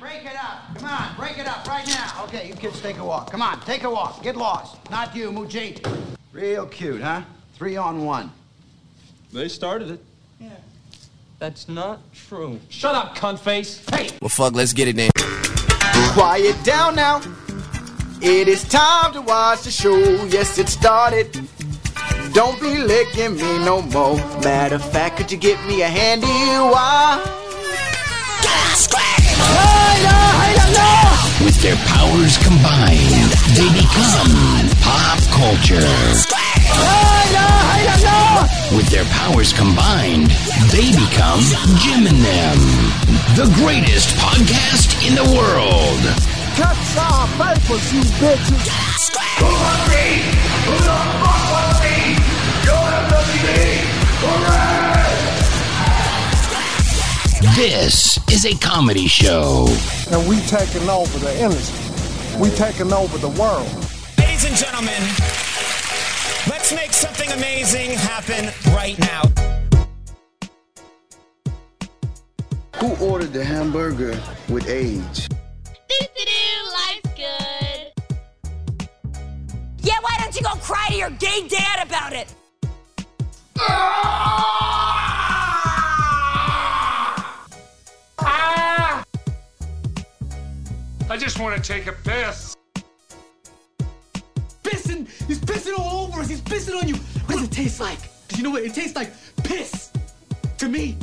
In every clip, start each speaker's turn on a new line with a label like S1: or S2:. S1: break it up. Come on, break it up right now. Okay, you kids take a walk. Come on, take a walk. Get lost. Not you, Muji. Real cute, huh? Three on one.
S2: They started it.
S3: That's not true.
S2: Shut up, cunt face.
S1: Hey!
S4: Well, fuck, let's get it then.
S5: Quiet down now. It is time to watch the show. Yes, it started. Don't be licking me no more. Matter of fact, could you get me a handy wire? Hey, yeah, hey, yeah, yeah.
S6: With their powers combined, they become pop culture.
S5: Hey, yeah, hey, yeah, yeah.
S6: With their powers combined, they become Jim and them, the greatest podcast in the world.
S5: Cut some papers, you bitches.
S6: This is a comedy show.
S7: and we taking over the industry. We taking over the world.
S8: Ladies and gentlemen, let's make something amazing happen right now.
S9: Who ordered the hamburger with AIDS?
S10: Doo-doo-doo, life's good.
S11: Yeah, why don't you go cry to your gay dad about it?
S12: I just want to take a piss.
S13: pissing. He's pissing all over us. He's pissing on you. What does it taste like? Because you know what? It tastes like piss to me.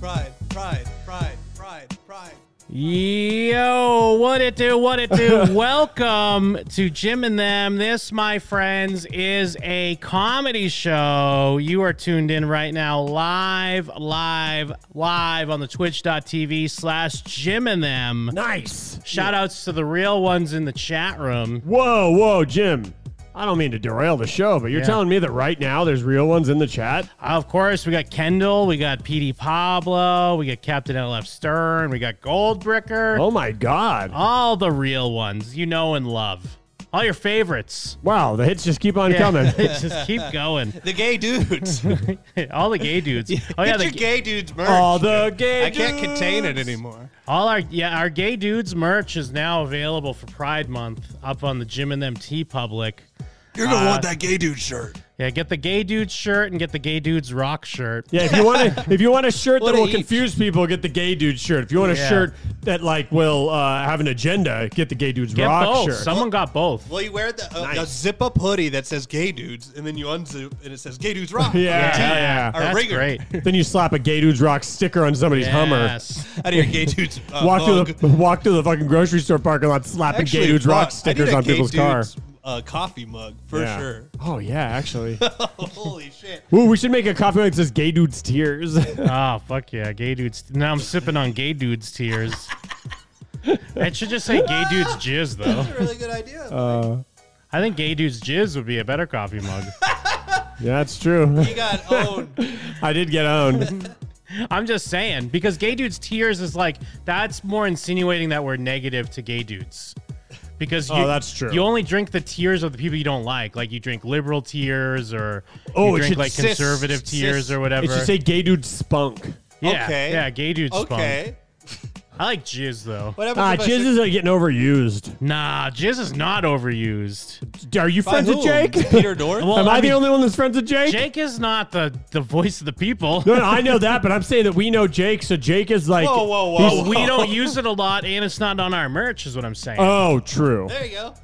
S14: Pride, pride, pride, pride, pride.
S15: Yo, what it do, what it do. Welcome to Jim and Them. This, my friends, is a comedy show. You are tuned in right now, live, live, live on the twitch.tv slash Jim and Them.
S16: Nice.
S15: Shout outs to the real ones in the chat room.
S16: Whoa, whoa, Jim. I don't mean to derail the show, but you're
S15: Yeah.
S16: telling me that right now there's real ones in the chat?
S15: Uh, Of course, we got Kendall, we got PD Pablo, we got Captain LF Stern, we got Goldbricker.
S16: Oh my God.
S15: All the real ones you know and love. All your favorites.
S16: Wow, the hits just keep on
S15: Yeah,
S16: coming.
S15: they just keep going.
S3: The gay dudes.
S15: all the gay dudes. Oh yeah,
S3: Get
S15: the,
S3: your gay dudes merch.
S16: All the gay
S3: I can't contain it
S16: dudes.
S3: anymore.
S15: all our yeah our gay dudes merch is now available for Pride Month up on the Jim and Them T Public.
S14: You're gonna
S15: Uh,
S14: want that gay dude shirt.
S15: Yeah, get the gay dudes shirt and get the gay dudes rock shirt.
S16: Yeah, if you want to, if you want a shirt
S3: What
S16: that
S3: a
S16: will
S3: each.
S16: confuse people, get the gay dude shirt. If you want a
S15: Yeah.
S16: shirt that like will uh, have an agenda, get the gay dude's
S15: Get
S16: rock
S15: both.
S16: shirt.
S15: Someone got both.
S3: Well, you wear the, uh, a, a
S16: Nice.
S3: zip up hoodie that says gay dudes, and then you unzip and it says gay dudes rock.
S16: yeah, yeah,
S3: Or
S15: That's
S3: ringer.
S15: great.
S16: yeah. then you slap a gay dude's rock sticker on somebody's Hummer.
S15: Yes.
S3: Out of your gay dudes. Uh,
S16: Walk
S3: mug.
S16: through the walk through the fucking grocery store parking lot, slapping
S3: Actually,
S16: gay dude's
S3: Rock, I
S16: rock
S3: need
S16: stickers
S3: a
S16: on
S3: gay
S16: people's car.
S3: dudes, Uh, coffee mug for
S16: Yeah.
S3: sure.
S16: Oh yeah, actually.
S3: Holy shit!
S16: Ooh, we should make a coffee mug that says "Gay Dude's Tears."
S15: Oh fuck yeah, gay dudes. Now I'm sipping on gay dudes tears. it should just say gay dudes jizz though.
S3: That's a really good idea.
S15: I think gay dudes jizz would be a better coffee mug.
S16: yeah, that's true.
S3: you got owned.
S16: I did get owned.
S15: I'm just saying because gay dudes tears is like that's more insinuating that we're negative to gay dudes. Because you,
S16: Oh, that's true.
S15: You only drink the tears of the people you don't like. Like you drink liberal tears or
S16: Oh,
S15: you
S16: it
S15: drink
S16: should-
S15: like
S16: cis-
S15: conservative tears
S3: cis-
S15: or whatever.
S16: It should say "Gay Dude Spunk."
S15: yeah,
S3: okay.
S15: yeah, gay dudes. Okay.
S3: Okay.
S15: I like jizz though.
S3: What happens
S16: Ah,
S3: if I
S16: jizz
S3: say-
S16: is uh, getting overused.
S15: Nah, jizz is not overused.
S16: Are you
S3: By
S16: friends with
S3: whom?
S16: Jake?
S3: Peter Dorf?
S15: Well,
S16: Am I,
S15: I mean-
S16: the only one that's friends with Jake?
S15: Jake is not the, the voice of the people.
S16: No, no, I know that, but I'm saying that we know Jake, so Jake is like.
S3: Whoa, whoa, whoa,
S16: he's-
S3: whoa.
S15: we don't use it a lot, and it's not on our merch, is what I'm saying.
S16: Oh, true.
S3: there you go.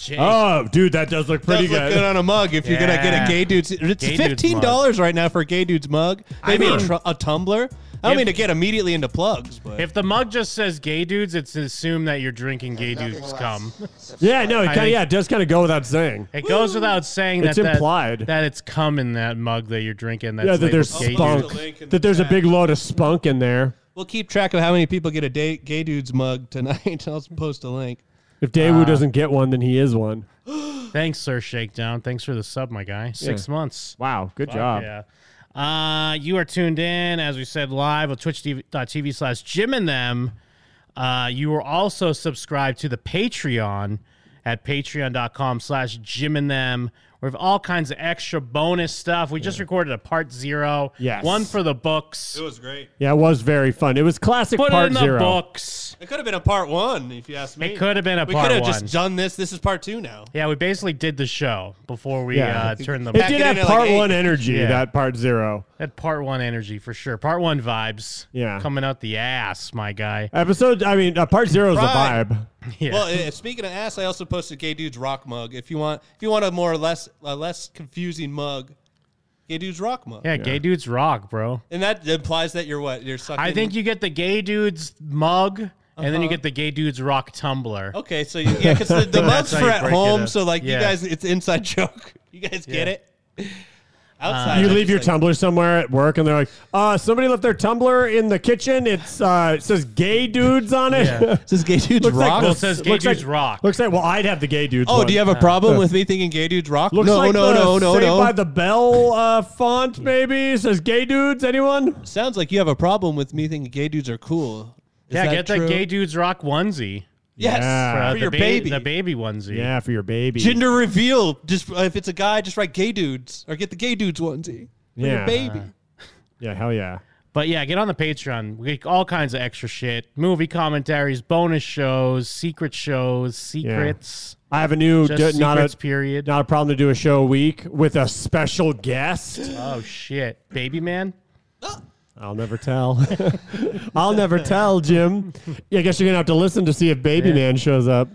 S15: Jake.
S16: Oh, dude, that does look pretty
S3: Does look good on a mug if you're gonna get
S15: Yeah.
S3: a gay dude's. It's
S15: Gay dude's
S3: fifteen dollars right now for a gay dude's mug. Maybe
S15: mean-
S3: a, tr- a tumbler. I don't
S15: If-
S3: mean to get immediately into plugs, but
S15: If the mug just says gay dudes, it's assumed that you're drinking gay dudes cum.
S16: Yeah, no, it kinda,
S15: think-
S16: yeah, it does kind of go without saying.
S15: It goes without saying that
S16: It's
S15: that-
S16: implied.
S15: that, it's cum in that mug that you're drinking. That's
S16: Yeah, that there's
S15: labeled gay
S3: I'll
S16: spunk.
S3: put the link in
S16: that
S3: the
S16: there's a
S3: chat.
S16: big load of spunk in there.
S3: we'll keep track of how many people get a day, gay dude's mug tonight. I'll post a link.
S16: If Daewoo
S15: Uh,
S4: Uh,
S16: doesn't get one, then he is one.
S15: dudes. Thanks, sir Shakedown. Thanks for the sub, my guy. Six months.
S16: Wow, good
S15: Fuck
S16: job.
S15: Yeah. Uh, you are tuned in, as we said, live on twitch.tv slash Jim and them. Uh, you are also subscribed to the Patreon at patreon.com slash Jim and them, We have all kinds of extra bonus stuff. We just recorded a part zero.
S16: Yes.
S15: One for the books.
S4: It was great.
S16: Yeah, it was very fun. It was classic
S15: Put it
S16: part
S15: in the
S16: zero.
S15: books.
S4: It could have been a part one, if you ask me.
S15: It could have been a
S4: we
S15: part
S4: could have
S15: one.
S4: just done this. This is part two now.
S15: Yeah, we basically did the show before we
S16: Yeah.
S15: uh, turned the
S16: It did have part one energy.
S15: Yeah.
S16: That part zero.
S15: That part one energy for sure. Part one vibes.
S16: Yeah.
S15: Coming out the ass, my guy.
S16: Episode. I mean, uh, part zero is a
S4: Pride.
S16: vibe.
S15: Yeah.
S4: Well, uh, speaking of ass, I also posted Gay Dude's Rock Mug. If you want, if you want a more or less a less confusing mug, Gay Dude's Rock Mug.
S15: Yeah, gay dudes rock, bro.
S4: And that implies that you're what you're sucking.
S15: I think you get the gay dudes mug, and then you
S4: Uh-huh.
S15: get the gay dudes rock tumbler.
S4: Okay, so you, yeah, because the, the mug's
S15: That's how you
S4: for at
S15: break it
S4: home,
S15: up.
S4: so like
S15: Yeah.
S4: you guys, it's an inside joke. You guys get
S15: Yeah. Uh,
S4: it. Outside,
S16: you
S4: they're
S16: leave your
S4: just like,
S16: tumbler somewhere at work, and they're like, "Uh, somebody left their tumbler in the kitchen. It's uh, it says gay dudes on it.
S4: Yeah. It says gay dudes
S16: Looks
S4: rock?
S16: the-
S4: Well, it says gay
S16: looks
S4: dudes
S16: like-
S4: rock.
S16: Looks like well, I'd have the gay dudes.
S4: Oh, do you have a
S16: one. Uh,
S4: problem with me thinking Gay Dude's Rock?
S16: Looks
S4: no,
S16: like
S4: no,
S16: the
S4: no, no,
S16: Saved
S4: no.
S16: by the Bell uh, font, maybe It says gay dudes. Anyone?
S4: Sounds like you have a problem with me thinking gay dudes are cool. Is
S15: yeah,
S4: that
S15: get
S4: true?
S15: that gay dudes rock onesie.
S4: Yes,
S15: For, uh,
S4: for
S15: the
S4: your
S15: ba-
S4: baby.
S15: The baby onesie.
S16: Yeah, for your baby.
S4: Gender reveal. Just uh, if it's a guy, just write gay dudes or get the gay dudes onesie for
S16: Yeah.
S4: your baby.
S16: Yeah, hell yeah.
S15: But yeah, get on the Patreon. We get all kinds of extra shit. Movie commentaries, bonus shows, secret shows, secrets.
S16: I have a new
S15: Just
S16: d- not
S15: secrets,
S16: a
S15: period.
S16: not a problem to do a show a week with a special guest.
S15: Oh shit. Baby man?
S16: I'll never tell. I'll never tell, Jim. Yeah, I guess you're gonna have to listen to see if Baby
S15: Yeah.
S16: Man shows up.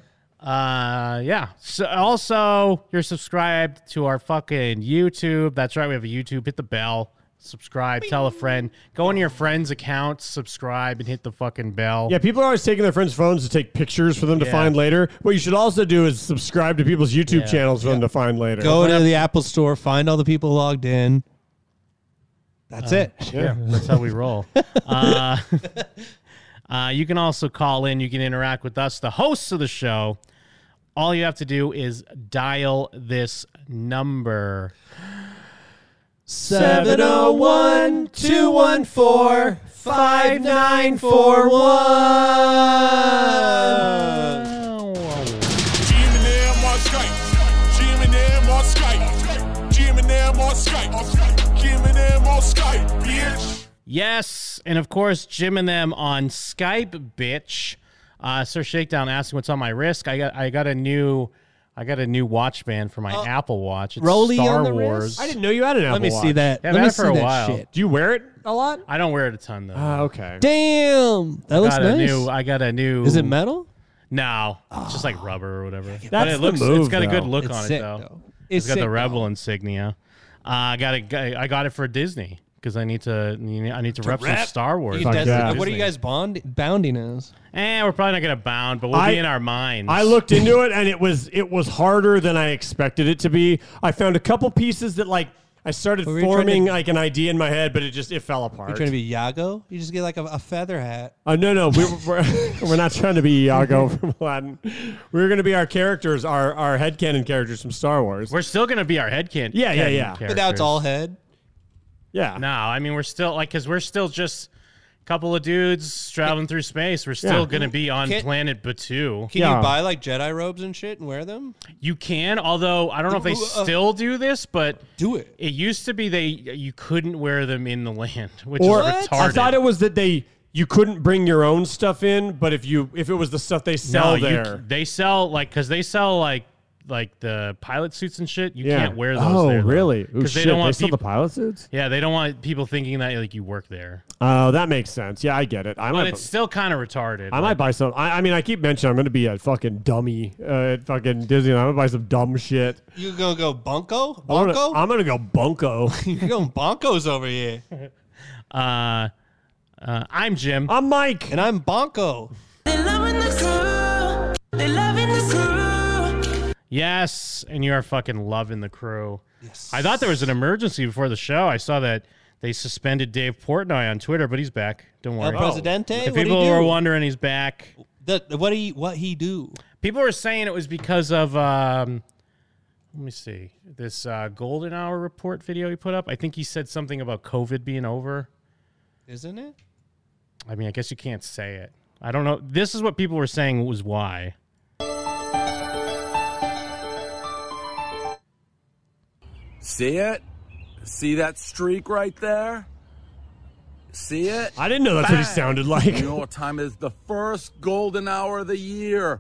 S15: Uh yeah. So also you're subscribed to our fucking YouTube. That's right, we have a YouTube. Hit the bell. Subscribe, tell a friend. Go into your friends' accounts, subscribe, and hit the fucking bell.
S16: Yeah, people are always taking their friends' phones to take pictures for them to
S15: Yeah.
S16: find later. What you should also do is subscribe to people's YouTube
S15: Yeah.
S16: channels for them to find later.
S4: Go to the Apple Store, find all the people logged in. That's
S15: Uh,
S4: it.
S15: Yeah, that's how we roll. uh, uh, you can also call in. You can interact with us, the hosts of the show. All you have to do is dial this number.
S4: 701 214 5941.
S17: Jim and them on Skype. Jim and them on Skype. Jim and them on Skype. Jim and them on Skype, bitch.
S15: Yes, and of course, Jim and them on Skype, bitch. Uh, Sir Shakedown asking what's on my wrist. I got I got a new I got a new watch band for my
S4: Oh,
S15: Apple Watch. It's Star Wars.
S16: I didn't know you had an Apple
S4: Let me see that.
S15: Yeah, I've
S4: Let
S15: had
S4: me
S15: it for
S4: see
S15: a
S4: that
S15: while.
S4: shit.
S16: Do you wear it?
S4: A lot.
S15: I don't wear it a ton though.
S16: Ah, okay.
S4: Damn, that
S15: I
S4: looks
S15: got a
S4: nice.
S15: new- I got a new.
S4: Is it metal?
S15: No, it's just like rubber or whatever. but
S4: That's
S15: it
S4: Ah. the
S15: looks, It's
S4: move,
S15: got a good
S4: though.
S15: look
S4: It's
S15: on
S4: sick,
S15: it though.
S4: though.
S15: It's
S4: It's
S15: got the
S4: sick,
S15: rebel insignia. Uh, I got it. I got it for Disney because I need to. you know, I need to, rep, some
S4: rep?
S15: Star Wars.
S4: You
S15: for
S4: guys-
S15: Disney.
S4: What are you guys bond bounding as?
S15: Eh, we're probably not gonna bound, but we'll
S16: I-
S15: be in our minds.
S16: I looked into it and it was it was harder than I expected it to be. I found a couple pieces that like I started
S4: Were you trying
S16: forming
S4: to-
S16: like an idea in my head, but it just it fell
S4: You're
S16: apart.
S4: trying to be Yago? You just get like a, a feather hat.
S16: Uh, no, no, we, we're we're not trying to be Iago from Aladdin. We're going to be our characters, our our headcanon characters from Star Wars.
S15: We're still gonna be our head can.
S16: Yeah, yeah, yeah.
S4: But now it's all head.
S16: Yeah.
S15: No, I mean we're still like because we're still just a couple of dudes traveling through space. We're still
S4: Yeah.
S15: gonna be on
S4: Can't-
S15: planet Batu.
S4: Can you buy like Jedi robes and shit and wear them?
S15: You can, although I don't know if they
S4: Who, uh,
S15: still do this, but
S4: do it.
S15: It used to be they you couldn't wear them in the land, which
S16: or
S15: is retarded.
S16: I thought it was that they you couldn't bring your own stuff in, but if you if it was the stuff they sell
S15: you
S16: there,
S15: c- they sell like because they sell like like the pilot suits and shit. You
S16: Yeah.
S15: can't wear those.
S16: Oh,
S15: there, though.
S16: really? Ooh,
S15: 'Cause they
S16: shit,
S15: don't
S16: they
S15: want
S16: sell the
S15: people,
S16: pilot suits?
S15: Yeah, they don't want people thinking that like you work there.
S16: oh, that makes sense. Yeah, I get it. I
S15: but
S16: might.
S15: it's still kind of retarded.
S16: I might buy some. I, I mean, I keep mentioning I'm going to be a fucking dummy uh, at fucking Disney. I'm going to buy some dumb shit.
S4: You gonna go bunko?
S16: I'm gonna-
S4: Bunko?
S16: I'm going to go bunko.
S4: You're going bonkos over here.
S15: Uh, uh, I'm Jim.
S16: I'm Mike.
S4: And I'm Bonko.
S15: Yes, and you are fucking loving the crew. Yes. I thought there was an emergency before the show. I saw that they suspended Dave Portnoy on Twitter, but he's back. Don't
S4: El
S15: worry.
S4: Uh, Presidente?
S16: Oh.
S15: If
S4: What'd he
S15: people
S4: do?
S15: were wondering, he's back.
S4: The, what he what he do?
S15: People were saying it was because of um, let me see this uh, Golden Hour report video he put up. I think he said something about COVID being over.
S4: Isn't it?
S15: I mean, I guess you can't say it. I don't know. This is what people were saying was why.
S18: See it? See that streak right there? See it?
S16: I didn't know that's what he sounded like.
S18: You know what time is? The first golden hour of the year.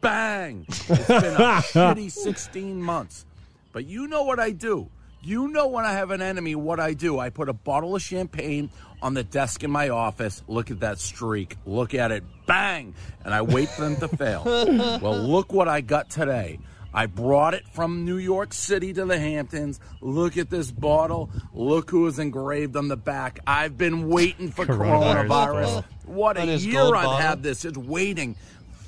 S18: Bang! It's been a shitty 16 months. But you know what I do. You know when I have an enemy, what I do. I put a bottle of champagne on the desk in my office. Look at that streak. Look at it. Bang! And I wait for them to fail. Well, look what I got today. I brought it from New York City to the Hamptons. Look at this bottle. Look who is engraved on the back. I've been waiting for
S17: Coronavirus.
S18: coronavirus. What a
S4: On his
S18: year I've
S4: gold bottle.
S18: had this. It's waiting.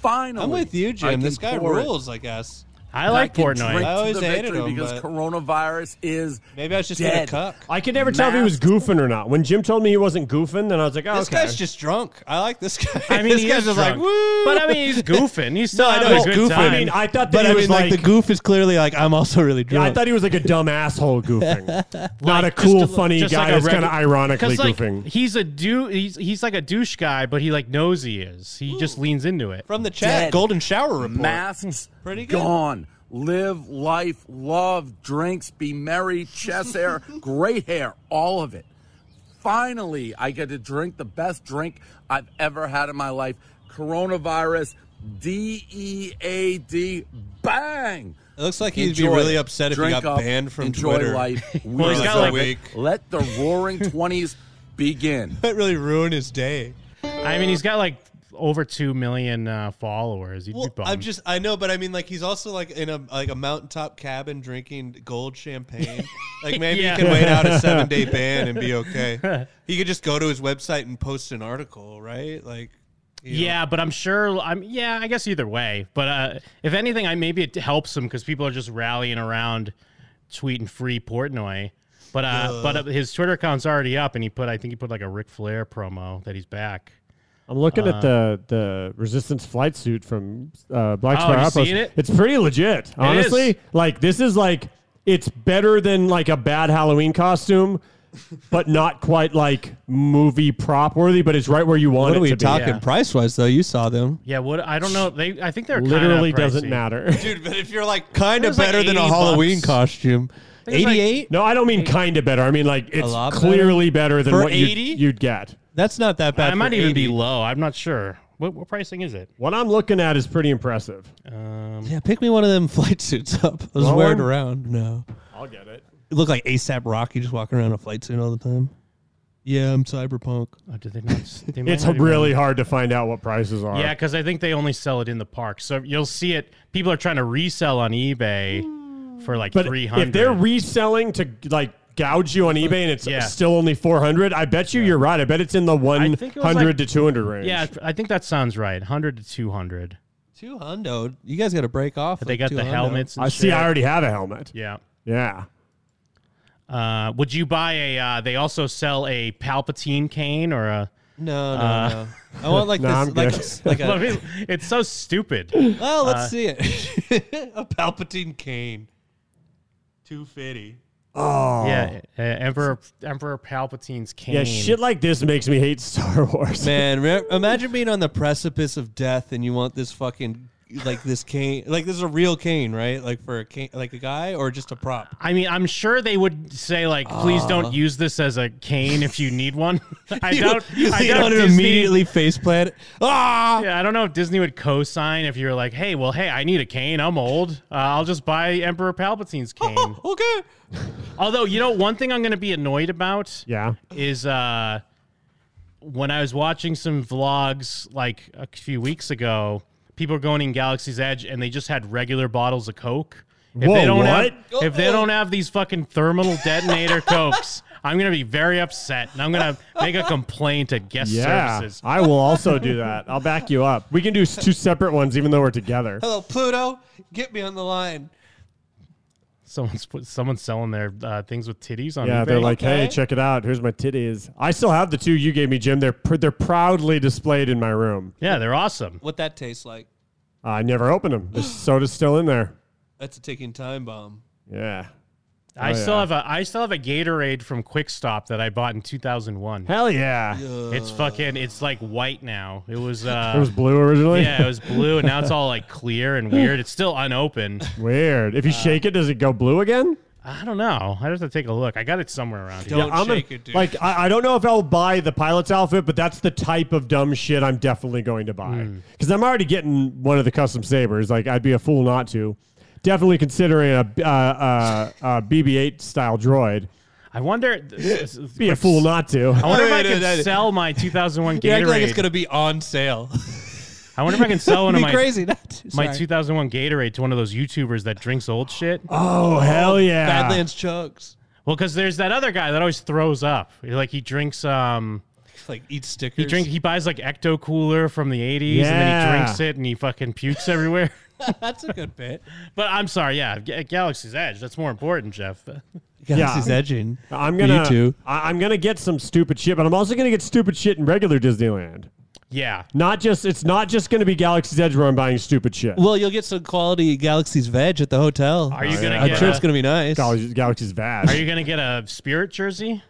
S18: Finally.
S4: I'm with you,
S18: I
S4: Jim.
S18: can
S4: This guy
S18: pour it.
S4: rules, I guess.
S18: And can drink
S4: I
S18: to
S4: always
S18: the
S4: hated
S18: victory
S4: him
S18: because
S4: but
S18: coronavirus is
S4: maybe I was just
S18: dead.
S4: a cuck.
S16: I could never tell if he was goofing or not. When Jim told me he wasn't goofing, then I was like, oh,
S4: This
S16: okay.
S4: guy's just drunk. I like this guy.
S16: I mean,
S4: this
S16: he
S4: guy's
S16: is
S4: just
S16: drunk.
S4: like, woo.
S15: But I mean, he's goofing. He's still
S16: No, I
S15: having
S16: know
S15: a
S16: he's
S15: good
S16: goofing.
S15: time.
S16: I mean, I thought that
S15: But
S16: he
S15: I
S16: was
S15: mean, like,
S16: like-
S15: the goof is clearly like I'm also really
S16: Yeah,
S15: drunk.
S16: I thought he was like a dumb asshole goofing, not a
S15: Like,
S16: cool,
S15: just a-
S16: funny
S15: just
S16: guy
S15: like a
S16: that's kind of
S15: regu-
S16: ironically
S15: 'cause, like,
S16: goofing.
S15: He's a do. He's he's like a douche guy, but he like knows he is. He just leans into it.
S4: From the
S18: Dead.
S15: golden shower report.
S18: Masks
S4: Pretty good.
S18: gone. Live life, love, drinks, be merry, chest hair, great hair, all of it. Finally, I get to drink the best drink I've ever had in my life. Coronavirus, D E A D, bang.
S4: It looks like he'd be really upset if he got banned from
S18: enjoy
S4: Twitter.
S18: life.
S4: Well,
S18: We
S4: he's
S18: are
S4: got,
S18: so
S4: like,
S18: weak. Let the roaring 20s begin.
S4: that really ruined his day.
S15: I mean, he's got like over two million uh, followers. He'd
S4: Well,
S15: be bummed.
S4: I'm just I know, but I mean, like he's also like in a like a mountaintop cabin drinking gold champagne. like maybe
S15: Yeah.
S4: he can wait out a seven day ban and be okay. He could just go to his website and post an article, right? Like, you know.
S15: Yeah, but I'm sure. I'm yeah. I guess either way. But uh, if anything, I maybe it helps him because people are just rallying around, tweeting free Portnoy. But uh,
S16: Ugh.
S15: but uh, his Twitter account's already up, and he put I think he put like a Ric Flair promo that he's back.
S16: I'm looking
S15: Uh,
S16: at the the resistance flight suit from uh, Black
S15: Oh,
S16: Spire
S15: you
S16: Outpost.
S15: seen it?
S16: It's pretty legit, honestly.
S15: is.
S16: Like this is like it's better than like a bad Halloween costume, but not quite like movie prop worthy. But it's right where you want
S4: What
S16: it
S4: are we
S16: to be.
S4: talking price wise though? You saw them.
S15: Yeah, what I don't know. They I think they're kinda
S16: Literally
S15: pricey.
S16: doesn't matter.
S4: Dude, but if you're like kind
S15: It
S4: of
S15: was like
S4: better than a
S15: 80 bucks.
S4: Halloween costume,
S15: I think it was like-
S16: No, I don't mean kind of better. I mean like it's
S4: lot
S16: clearly better, than
S4: For
S16: what you'd,
S4: 80?
S16: you'd get.
S4: that's not that bad.
S15: I might
S4: for
S15: even
S4: 80.
S15: be low. I'm not sure. What, what pricing is it?
S16: What I'm looking at is pretty impressive.
S15: Um,
S4: Yeah, pick me one of them flight suits up. I was
S16: Want
S4: wearing
S16: one?
S4: around. No,
S16: I'll get it.
S4: it looked like ASAP Rocky just walking around in a flight suit all the time. Yeah, I'm cyberpunk.
S15: oh, did they not? They might
S16: It's
S15: not even-
S16: really hard to find out what prices are.
S15: Yeah, because I think they only sell it in the park. So you'll see it. People are trying to resell on eBay for like
S16: But
S15: three
S16: if they're
S15: hundred.
S16: reselling to like gouge you on eBay and it's
S15: Yeah.
S16: still only 400, I bet you you're right. I bet it's in the 100
S15: think it was like-
S16: to 200 range.
S15: Yeah, I think that sounds right. Hundred to two hundred.
S4: Two hundo. You guys got to break off.
S15: They
S4: like
S15: got
S4: two
S15: the
S4: hundo.
S15: helmets. And
S16: I see.
S15: shit.
S16: I already have a helmet.
S15: Yeah.
S16: Yeah.
S15: Uh, would you buy a? Uh, they also sell a Palpatine cane or a.
S4: No, no,
S15: uh,
S4: no. I want like
S16: Nah, I'm
S4: this, like,
S16: good.
S4: s- like
S15: I
S4: a.
S15: mean, it's so stupid.
S4: Well, let's
S15: Uh,
S4: see it. a Palpatine cane. Two fifty.
S16: Oh.
S15: Yeah, uh, Emperor Emperor Palpatine's cane.
S16: Yeah, shit like this makes me hate Star Wars.
S4: Man, re- imagine being on the precipice of death and you want this fucking like this cane. Like this is a real cane, right? Like for a cane, like a guy or just a prop.
S15: I mean, I'm sure they would say like, "Please don't use this as a cane if you need one." I
S4: You-
S15: doubt.
S4: you
S15: I
S4: lean
S15: doubt
S4: on it
S15: Disney-
S4: immediately face plant. Ah,
S15: Yeah, I don't know if Disney would co-sign if you were like, "Hey, well, hey, I need a cane. I'm old. Uh, I'll just buy Emperor Palpatine's cane."
S4: okay.
S15: Although, you know, one thing I'm going to be annoyed about
S16: Yeah.
S15: is uh, when I was watching some vlogs like a few weeks ago, people were going in Galaxy's Edge and they just had regular bottles of Coke. If
S16: Whoa,
S15: they don't Have,
S16: what?
S15: if they don't have these fucking thermal detonator Cokes, I'm going to be very upset and I'm going to make a complaint at guest
S16: Yeah.
S15: services.
S16: I will also do that. I'll back you up. We can do s- two separate ones even though we're together.
S4: hello Pluto, get me on the line.
S15: Someone's put, someone's selling their uh, things with titties on
S16: Yeah,
S15: eBay.
S16: they're like, hey,
S4: Okay.
S16: check it out. Here's my titties. I still have the two you gave me, Jim. They're pr- they're proudly displayed in my room.
S15: yeah, they're awesome.
S4: What that tastes like?
S16: I never opened them. The soda's still in there.
S4: That's a ticking time bomb.
S16: Yeah.
S15: I
S16: Oh,
S15: still
S16: yeah.
S15: have a I still have a Gatorade from Quick Stop that I bought in 2001.
S16: Hell yeah.
S15: It's fucking it's like white now. It was uh
S16: It was blue originally.
S15: Yeah, it was blue and now it's all like clear and weird. It's still unopened. Uh,
S16: Weird. If you shake it, does it go blue again?
S15: I don't know. I have to take a look. I got it somewhere around here.
S16: I'm gonna- Like, I, I don't know if I'll buy the pilot's outfit, but that's the type of dumb shit I'm definitely going to buy.
S15: Hmm.
S16: Because I'm already getting one of the custom sabers. Like, I'd be a fool not to. Definitely considering a, uh, uh, a BB-8 style droid.
S15: I wonder.
S16: Be a fool not to.
S15: I wonder if I
S4: No, no,
S15: can
S4: no.
S15: sell my 2001
S4: You act like it's
S15: Gatorade.
S4: gonna be on sale.
S15: I wonder if I can sell one of
S4: Be
S15: my
S4: crazy not to.
S15: my
S4: Sorry.
S15: 2001 Gatorade to one of those YouTubers that drinks old shit.
S16: Oh, hell yeah.
S4: Badlands chugs.
S15: Well, because there's that other guy that always throws up. He, Like he drinks um.
S4: Like eat stickers.
S15: He drink. He buys like Ecto Cooler from the '80s, and then he
S4: Yeah.
S15: drinks it, and he fucking pukes everywhere.
S4: That's a good bit.
S15: But I'm sorry, yeah, Ga- Galaxy's Edge. That's more important, Jeff.
S4: Galaxy's edging.
S16: I'm
S4: You
S16: gonna.
S4: too.
S16: I, I'm gonna get some stupid shit, but I'm also gonna get stupid shit in regular Disneyland.
S15: Yeah.
S16: Not just. It's not just gonna be Galaxy's Edge where I'm buying stupid shit.
S4: Well, you'll get some quality Galaxy's veg at the hotel.
S15: Are you gonna
S4: I'm
S15: get
S4: sure
S15: a-
S4: it's gonna be nice.
S16: Galaxy's, Oh, Galaxy's veg.
S15: Are you gonna get a Spirit jersey?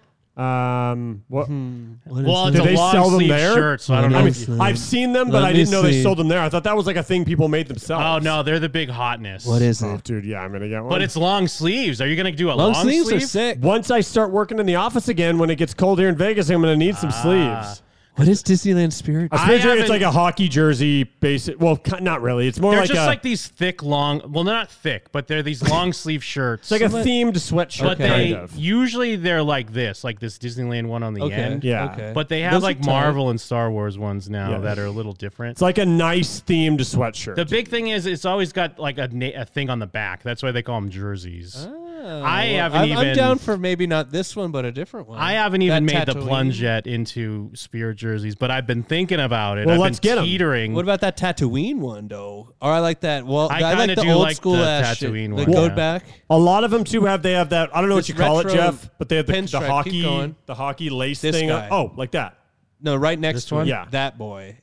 S16: Um. What?
S4: Hmm.
S15: is Well, that? it's a long sleeve shirt, so I don't
S16: I
S15: know.
S16: mean, I've seen them, but
S15: Let
S16: I
S15: me
S16: didn't know they
S15: see.
S16: sold them there. I thought that was like a thing people made themselves.
S15: Oh no, they're the big hotness.
S16: Oh, dude? Yeah, I'm gonna get one.
S15: But it's long sleeves. Are you gonna do a long,
S16: Long sleeves are
S15: sleeve?
S4: sick.
S16: Once I start working in the office again, when it gets cold here in Vegas, I'm gonna need some sleeves.
S4: What is Disneyland Spirit?
S16: I suppose it's
S15: Ah. haven't-
S16: like a hockey jersey basic. Well, ki- not really. It's more
S15: they're
S16: like
S15: just
S16: a
S15: like these thick, long. Well, they're not thick, but they're these long sleeve shirts.
S16: it's like a themed sweatshirt
S15: But
S16: kind
S15: they
S16: of.
S15: usually they're like this, like this Disneyland one on the
S16: Okay,
S15: end.
S16: yeah. okay.
S15: But they have
S16: Those are
S15: like
S16: tight.
S15: Marvel and Star Wars ones now
S16: Yeah.
S15: that are a little different.
S16: It's like a nice themed sweatshirt.
S15: The big thing is it's always got like a, na- a thing on the back. That's why they call them jerseys. I haven't
S4: Oh, I'm,
S15: even.
S4: I'm down for maybe not this one, but a different one.
S15: I haven't even made
S4: That
S15: the
S4: Tatooine.
S15: plunge yet into spear jerseys, but I've been thinking about it.
S4: Well,
S15: I've
S4: let's
S15: been
S4: get 'em.
S15: teetering.
S4: What about that Tatooine one though? Or I like that. Well,
S15: I
S4: I,
S15: kinda
S4: like the
S15: do
S4: old
S15: like
S4: school
S15: the
S4: ass shit.
S15: Tatooine
S4: The
S15: one,
S4: go
S15: yeah.
S4: back.
S16: A lot of them too have they have that. I don't know
S4: This
S16: what you call it,
S4: retro
S16: Jeff, but they have the, the
S4: pinstripe.
S16: hockey,
S4: Keep going.
S16: the hockey lace
S4: This
S16: thing.
S4: guy.
S16: Oh, like that.
S4: No, right next to
S16: one?
S4: it.
S16: Yeah.
S4: that boy.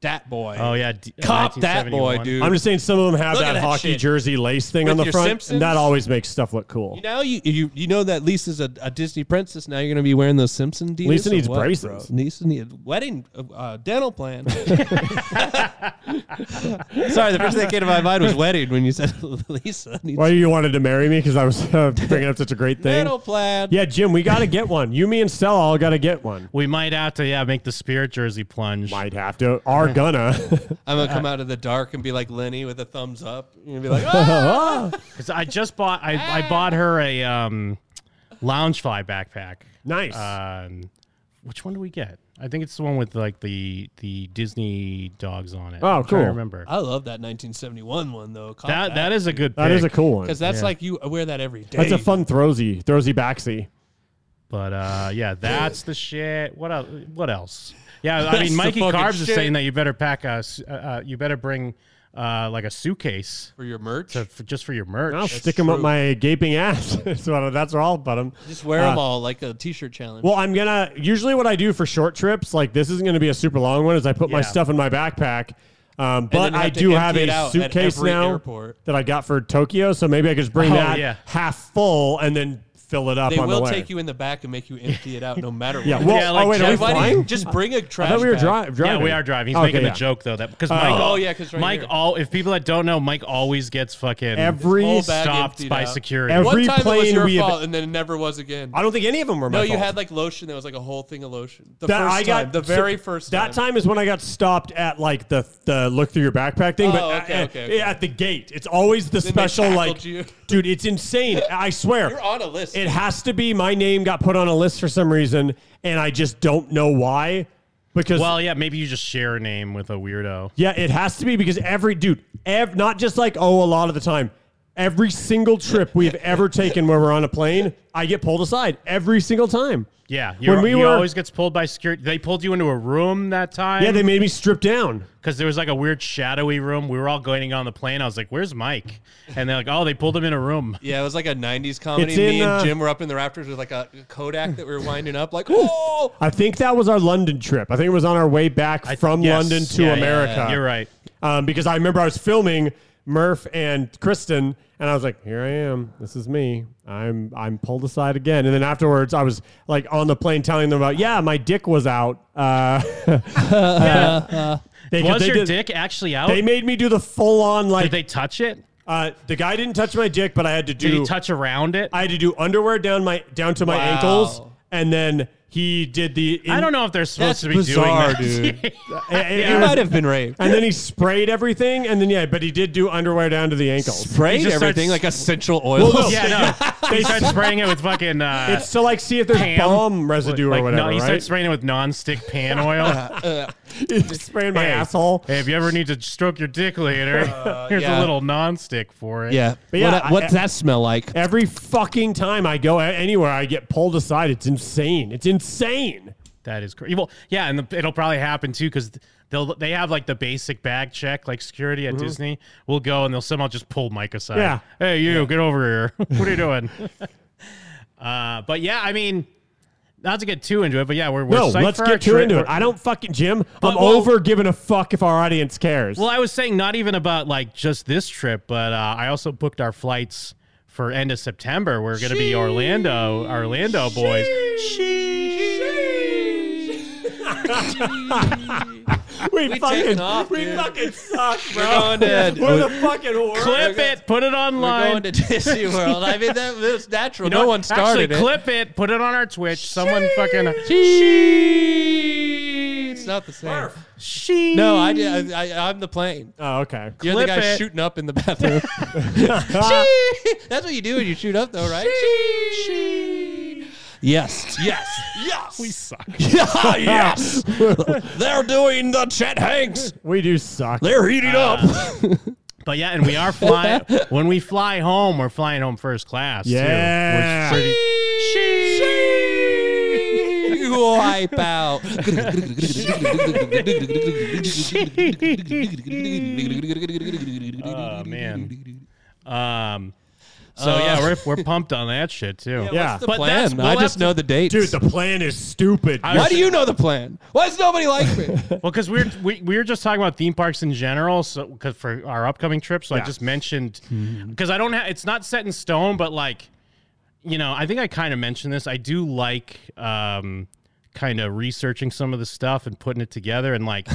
S4: That boy.
S15: Oh, yeah, D-
S4: cop that boy,
S15: 1971.
S4: dude.
S16: I'm just saying some of them have
S4: Look at
S16: that,
S4: that
S16: hockey
S4: shit.
S16: jersey lace thing
S4: With
S16: on the
S4: your
S16: front,
S4: Simpsons?
S16: and that always makes stuff look cool.
S4: Now you you you know that Lisa's a, a Disney princess. Now you're gonna be wearing those Simpson deals.
S16: Lisa
S4: or
S16: needs
S4: what, bro?
S16: braces.
S4: Lisa needs wedding uh, uh, dental plan. Sorry, the first thing that came to my mind was wedding when you said Lisa needs
S16: Why you wanted to marry me? Because I was uh, bringing up such a great thing.
S4: dental plan.
S16: Yeah, Jim, we got to get one. You, me, and Stella all got to get one.
S15: We might have to, yeah, make the spirit jersey plunge.
S16: Might have to. Are gonna.
S4: I'm gonna come out of the dark and be like Lenny with a thumbs up. You're gonna be like, "Ah!"
S15: Because I just bought, I, I bought her a um, lounge fly backpack.
S16: Nice.
S15: Um, which one do we get? I think it's the one with like the the Disney dogs on it.
S16: Oh,
S15: I'm trying to
S16: cool.
S15: remember.
S4: I love that 1971 one though. Cop
S15: That- that is a good
S16: That is a cool one.
S4: because that's
S16: Yeah.
S4: like you wear that every day.
S16: That's a fun throwsy, throwsy backsy.
S15: But uh, yeah, that's the shit. What else? What else? Yeah, I
S4: That's
S15: mean,
S4: the
S15: Mikey
S4: fucking
S15: Carbs is
S4: shit.
S15: saying that you better pack a, s- uh, uh, you better bring uh, like a suitcase
S4: for your merch,
S15: for, just for your merch.
S16: I'll stick them up my gaping ass. that's what. That's where I'll put them.
S4: Just wear them all like a t-shirt challenge.
S16: Well, I'm gonna usually what I do for short trips, like this isn't gonna be a super long one, is I put my
S4: Yeah.
S16: stuff in my backpack. Um, but
S4: then you have
S16: I
S4: to
S16: do have
S4: empty it
S16: a
S4: out at
S16: suitcase
S4: every
S16: now
S4: airport.
S16: that I got for Tokyo, so maybe I could just bring
S4: Oh,
S16: that
S4: yeah.
S16: half full and then fill it up
S4: they
S16: on the
S4: will
S16: way.
S4: take you in the back and make you empty it out no matter what.
S16: Yeah, well- Yeah, like oh, wait, are we
S4: Why don't you
S16: flying?
S4: Just bring a trash.
S16: we were
S4: bag.
S16: dri- driving.
S15: Yeah, we are driving. He's
S16: Okay,
S15: making
S16: yeah.
S15: the joke though that because
S16: Oh.
S15: Mike.
S16: Oh,
S4: yeah, 'cause right
S15: Mike.
S4: here.
S15: All if people that don't know, Mike always gets fucking
S16: Every- Whole bag
S15: stopped
S4: emptied
S15: by
S4: out.
S15: security.
S16: Every
S4: One time it was
S16: plane
S4: your
S16: we have-
S4: fault, and then it never was again.
S16: I don't think any of them were my
S4: No, you
S16: fault.
S4: had like lotion. There was like a whole thing of lotion. The
S16: That
S4: first
S16: I got
S4: time, the
S16: so
S4: very first.
S16: That time is when I got stopped at like the the look through your backpack thing,
S4: Oh,
S16: but eh,
S4: okay,
S16: at,
S4: okay, okay.
S16: at the gate, it's always the
S4: Then they
S16: special
S4: tackled
S16: like,
S4: you.
S16: dude, it's insane. I swear,
S4: You're on a list.
S16: It has to be my name got put on a list for some reason, and I just don't know why. Because
S15: well, yeah, maybe you just share a name with a weirdo.
S16: yeah, it has to be because every dude, ev- not just like oh, a lot of the time. Every single trip we've ever taken where we're on a plane, I get pulled aside every single time.
S15: Yeah, you're,
S16: when we
S15: you
S16: were
S15: always gets pulled by security. They pulled you into a room that time.
S16: yeah, they made me strip down.
S15: because there was like a weird shadowy room. We were all going on the plane. I was like, "Where's Mike?" And they're like, "Oh, they pulled him in a room."
S4: Yeah, it was like a '90s comedy.
S16: It's
S4: Me
S16: in,
S4: and
S16: uh,
S4: Jim were up in the rafters with like a Kodak that we were winding up. Like, oh,
S16: I think that was our London trip. I think it was on our way back from
S15: yes.
S16: London to
S15: Yeah, yeah,
S16: America.
S15: yeah. You're right.
S16: Um, because I remember I was filming Murph and Kristen, and I was like, "Here I am. This is me. I'm I'm pulled aside again." And then afterwards, I was like on the plane telling them about, "Yeah, my dick was out." Uh,
S15: Yeah.
S16: they-
S15: was
S16: they
S15: your
S16: did-
S15: dick actually out?
S16: They made me do the full on like
S15: Oh. Did they touch it?
S16: Uh, the guy didn't touch my dick, but I had to do.
S15: Did he touch around it?
S16: I had to do underwear down my down to my
S15: Wow.
S16: ankles, and then he did the.
S15: I don't know if they're supposed
S16: That's
S15: to be
S16: bizarre,
S15: doing that.
S16: dude.
S15: He might have been raped.
S16: And then he sprayed everything, and then yeah, but he did do underwear down to the ankles.
S4: Sprayed He just everything, starts- like essential oils?
S15: Yeah, no. They start spraying it with fucking. Uh,
S16: It's to like see if there's
S15: Pam.
S16: bomb residue
S15: like,
S16: or whatever.
S15: No, you
S16: right?
S15: start spraying it with non-stick pan oil.
S16: spraying my asshole.
S15: Hey, if you ever need to stroke your dick later,
S16: Uh,
S15: here's
S16: yeah.
S15: a little non-stick for it.
S16: Yeah. But yeah, What- I- what's that
S4: smell like?
S16: Every fucking time I go a- anywhere, I get pulled aside. It's insane. It's insane.
S15: That is crazy. Well, yeah, and the, it'll probably happen too because they'll they have like the basic bag check, like security at
S16: Mhm.
S15: Disney. We'll go and they'll somehow just pull Mike aside.
S16: Yeah.
S15: Hey, you, get over here. what are you doing? uh, but yeah, I mean, not to get too into it, but yeah, we're, we're
S16: no,
S15: psyched
S16: let's
S15: for our
S16: get too
S15: trip.
S16: into it.
S15: We're-
S16: I don't fucking Jim. I'm
S15: But we'll-
S16: over giving a fuck if our audience cares.
S15: Well, I was saying not even about like just this trip, but uh, I also booked our flights for end of September. We're going to be Orlando, Orlando boys.
S16: we,
S4: We
S16: fucking
S4: taking off,
S16: we
S4: dude.
S16: fucking suck, bro.
S4: We're going to-
S16: We're the
S4: we-
S16: fucking worst.
S15: Clip it, put it online.
S4: We're going to Disney World. I mean, that was natural.
S15: You know
S4: no
S15: what?
S4: one started
S15: Actually,
S4: it.
S15: clip it, put it on our Twitch. Someone fucking.
S4: It's not the same.
S15: She.
S4: No, I did. I, I, I'm the plane.
S16: Oh, okay.
S4: You're the guy
S15: Clip it.
S4: shooting up in the bathroom. Shee! That's what you do when you shoot up, though, right? Shee! Yes. Yes. Yes.
S15: We suck.
S4: yes. They're doing the Chet Hanks.
S16: We do suck.
S4: They're heating
S15: Ah.
S4: up.
S15: But yeah, and we are flying. when we fly home, we're flying home first class. too. We're
S16: Yeah.
S15: pretty-
S4: Wipe out.
S15: oh man. Um. So
S4: Uh.
S15: yeah, we're we're pumped on that shit too.
S16: Yeah. what's the
S15: But that's-
S4: plan?
S15: we'll
S4: I
S15: have
S4: just
S15: to-
S4: know the dates.
S16: Dude, the plan is stupid.
S15: I
S4: Why
S15: was-
S4: do you know the plan? Why does nobody like me?
S15: Well, because we're we, we were just talking about theme parks in general, so because for our upcoming trip, so
S4: Yeah. Mm-hmm.
S15: I just mentioned because I don't have it's not set in stone, but like you know, I think I kind of mentioned this. I do like um, kind of researching some of the stuff and putting it together, and like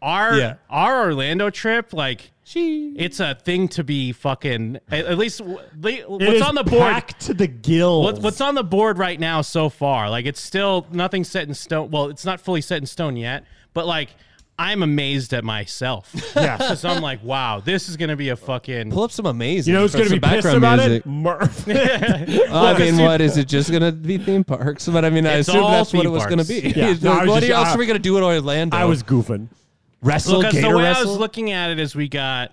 S15: our
S4: Yeah.
S15: our Orlando trip, like. It's a thing to be fucking. At, at least w- they-
S16: It
S15: what's
S16: is
S15: on the board.
S16: packed to the gills.
S15: What, what's on the board right now so far? Like it's still nothing set in stone. Well, it's not fully set in stone yet, but like I'm amazed at myself.
S16: Yeah.
S15: because I'm like, wow, this is gonna be a fucking.
S4: Pull up some amazing.
S16: you know who's
S4: going to
S16: be pissed about it? Murph.
S4: I mean, what is it? Just going to be theme parks? But I mean, I
S15: It's
S4: assume
S15: all
S4: that's what it
S15: theme
S4: was going to
S15: parks.
S4: be.
S16: Yeah. No, I was
S4: what
S16: just-
S4: else
S16: I-
S4: are we going to do in Orlando?
S16: I was goofing.
S4: wrestle
S15: Because the
S4: gator
S15: way I
S4: wrestle.
S15: was looking at it is we got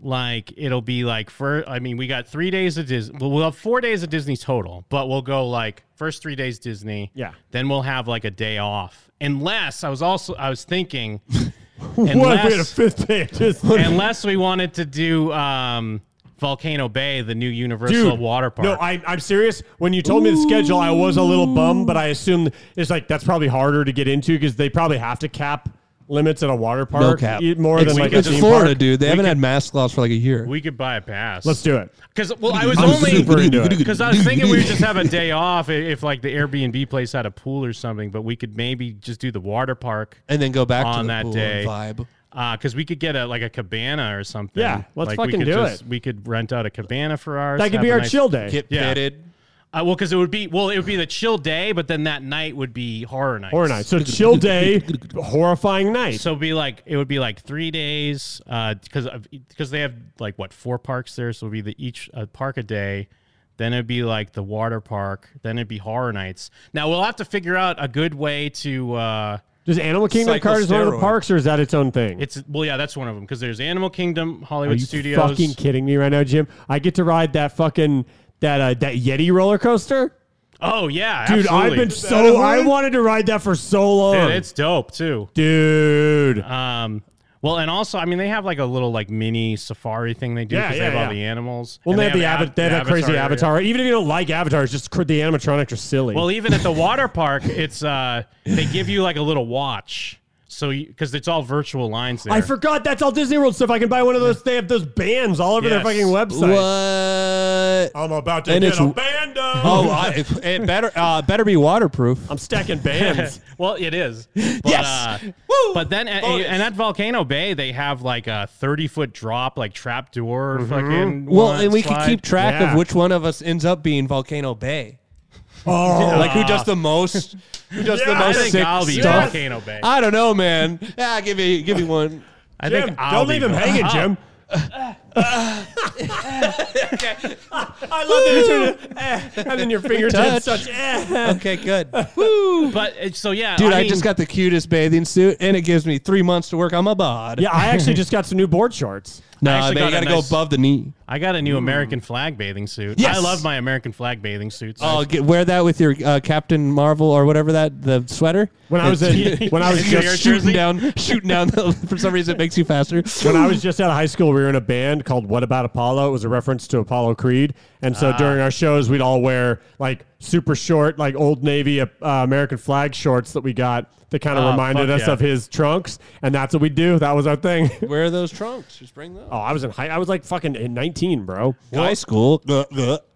S15: like it'll be like for I mean we got three days of Disney. Well, we'll have four days of Disney total, but we'll go like first three days Disney.
S16: Yeah.
S15: Then we'll have like a day off, unless I was also I was thinking.
S16: what if we had a
S15: unless-
S16: fifth day? Just
S15: unless we wanted to do um, Volcano Bay, the new Universal
S16: Dude,
S15: water park.
S16: No, I, I'm serious. When you told me the schedule, I was a little bummed, but I assumed it's like that's probably harder to get into because they probably have to cap limits at a water park.
S4: no cap.
S16: e- More
S4: it's,
S16: than like a
S4: it's
S16: theme
S4: Florida,
S16: park.
S4: dude. They haven't had mask laws for like a year.
S15: we could buy a pass.
S16: Let's do it.
S15: Because well, I was
S16: I'm
S15: only
S16: super into it.
S15: because I was thinking we would just have a day off i- if like the Airbnb place had a pool or something, but we could maybe just do the water park
S4: and then go back to
S15: on
S4: the
S15: that
S4: pool
S15: day.
S4: vibe.
S15: Because we could get a like a cabana or something.
S16: Yeah, let's
S15: like,
S16: fucking
S15: we could
S16: do it.
S15: We could rent out a cabana for ours.
S16: That could
S15: have
S16: be
S15: a
S16: our
S15: nice-
S16: chill day.
S4: Get
S15: Yeah.
S4: pitted.
S15: Uh, well, because it would be well, it would be the chill day, but then that night would be horror night.
S16: Horror night. So chill day, horrifying night.
S15: So it'd be like it would be like three days, uh, because because they have like what four parks there, so it'd be the each uh, park a day. Then it'd be like the water park. Then it'd be horror nights. Now we'll have to figure out a good way to. Uh,
S16: Does Animal Kingdom
S4: Cycle
S16: Card is one of the
S4: steroid.
S16: parks, or is that its own thing?
S15: it's well, yeah, that's one of them because there's Animal Kingdom,
S16: Are
S15: Hollywood
S16: you
S15: Studios.
S16: fucking kidding me right now, Jim? I get to ride that fucking that uh, that Yeti roller coaster,
S15: oh yeah,
S16: dude. I've
S15: absolutely.
S16: been so I wanted to ride that for so long,
S15: Dude, it's dope too.
S16: dude.
S15: Um, well, and also, I mean, they have like a little like mini safari thing they do
S16: Yeah,
S15: because
S16: yeah,
S15: they have
S16: yeah.
S15: all the animals.
S16: Well,
S15: And
S16: they, have the
S15: av-
S16: avatar. They have
S15: the
S16: that crazy
S15: area.
S16: avatar. Even if you don't like avatars, just cr- the animatronics are silly.
S15: Well, even at the water park, it's uh, they give you like a little watch, so because it's all virtual lines there.
S16: I forgot that's all Disney World stuff. I can buy one of those. They have those bands all over
S15: Yes.
S16: their fucking website.
S4: What? walnut.
S16: I'm about to
S4: and
S16: get
S4: it's-
S16: a bando.
S4: Oh, I, it, it better uh, better be waterproof.
S16: I'm stacking
S15: well, it is. But,
S4: Yes! Oh,
S15: Uh, But then, and, and at Volcano Bay, they have like a thirty foot drop, like trap door, fucking.
S4: Mm-hmm. Well,
S15: one
S4: and we
S15: slide.
S4: can keep track
S15: Yeah.
S4: of which one of us ends up being Volcano Bay.
S16: Oh.
S4: like who does the most? Who does the
S15: Yeah, I
S4: most
S15: think
S4: sick
S15: I'll be
S4: stuff?
S15: Volcano Bay.
S4: I don't know, man. Ah, give me, give me one.
S15: I think Jim, I'll don't be leave him Vol- hanging, Oh. Jim.
S16: I love that you're doing it. Eh, and then your fingers did
S4: Touch.
S16: such. Eh.
S4: Okay, good.
S15: But uh, so yeah,
S4: Dude, I,
S15: mean-
S4: just got the cutest bathing suit, and it gives me three months to work on my bod.
S16: Yeah, I actually just got some new board shorts.
S4: no,
S15: I actually
S4: they
S15: got a
S4: got to go
S15: nice-
S4: above the knee. Mm.
S15: I got a new American flag bathing suit.
S4: Yes.
S15: I love my American flag bathing suits.
S4: Oh, get, wear that with your uh, Captain Marvel or whatever that the sweater.
S16: When I was in- when I was
S4: You're
S16: just-
S4: shooting down, shooting down. The, for some reason, it makes you faster.
S16: When I was just out of high school, we were in a band called What About Apollo. It was a reference to Apollo Creed. And so
S15: Ah.
S16: during our shows, we'd all wear like super short, like old Navy uh, uh, American flag shorts that we got that kind of
S4: Oh,
S16: reminded
S4: fuck
S16: us
S4: yeah.
S16: of his trunks. And that's what we do. That was our thing.
S4: Where are those trunks? Just bring those.
S16: oh, I was in high. I was like fucking in 19, bro.
S4: High school.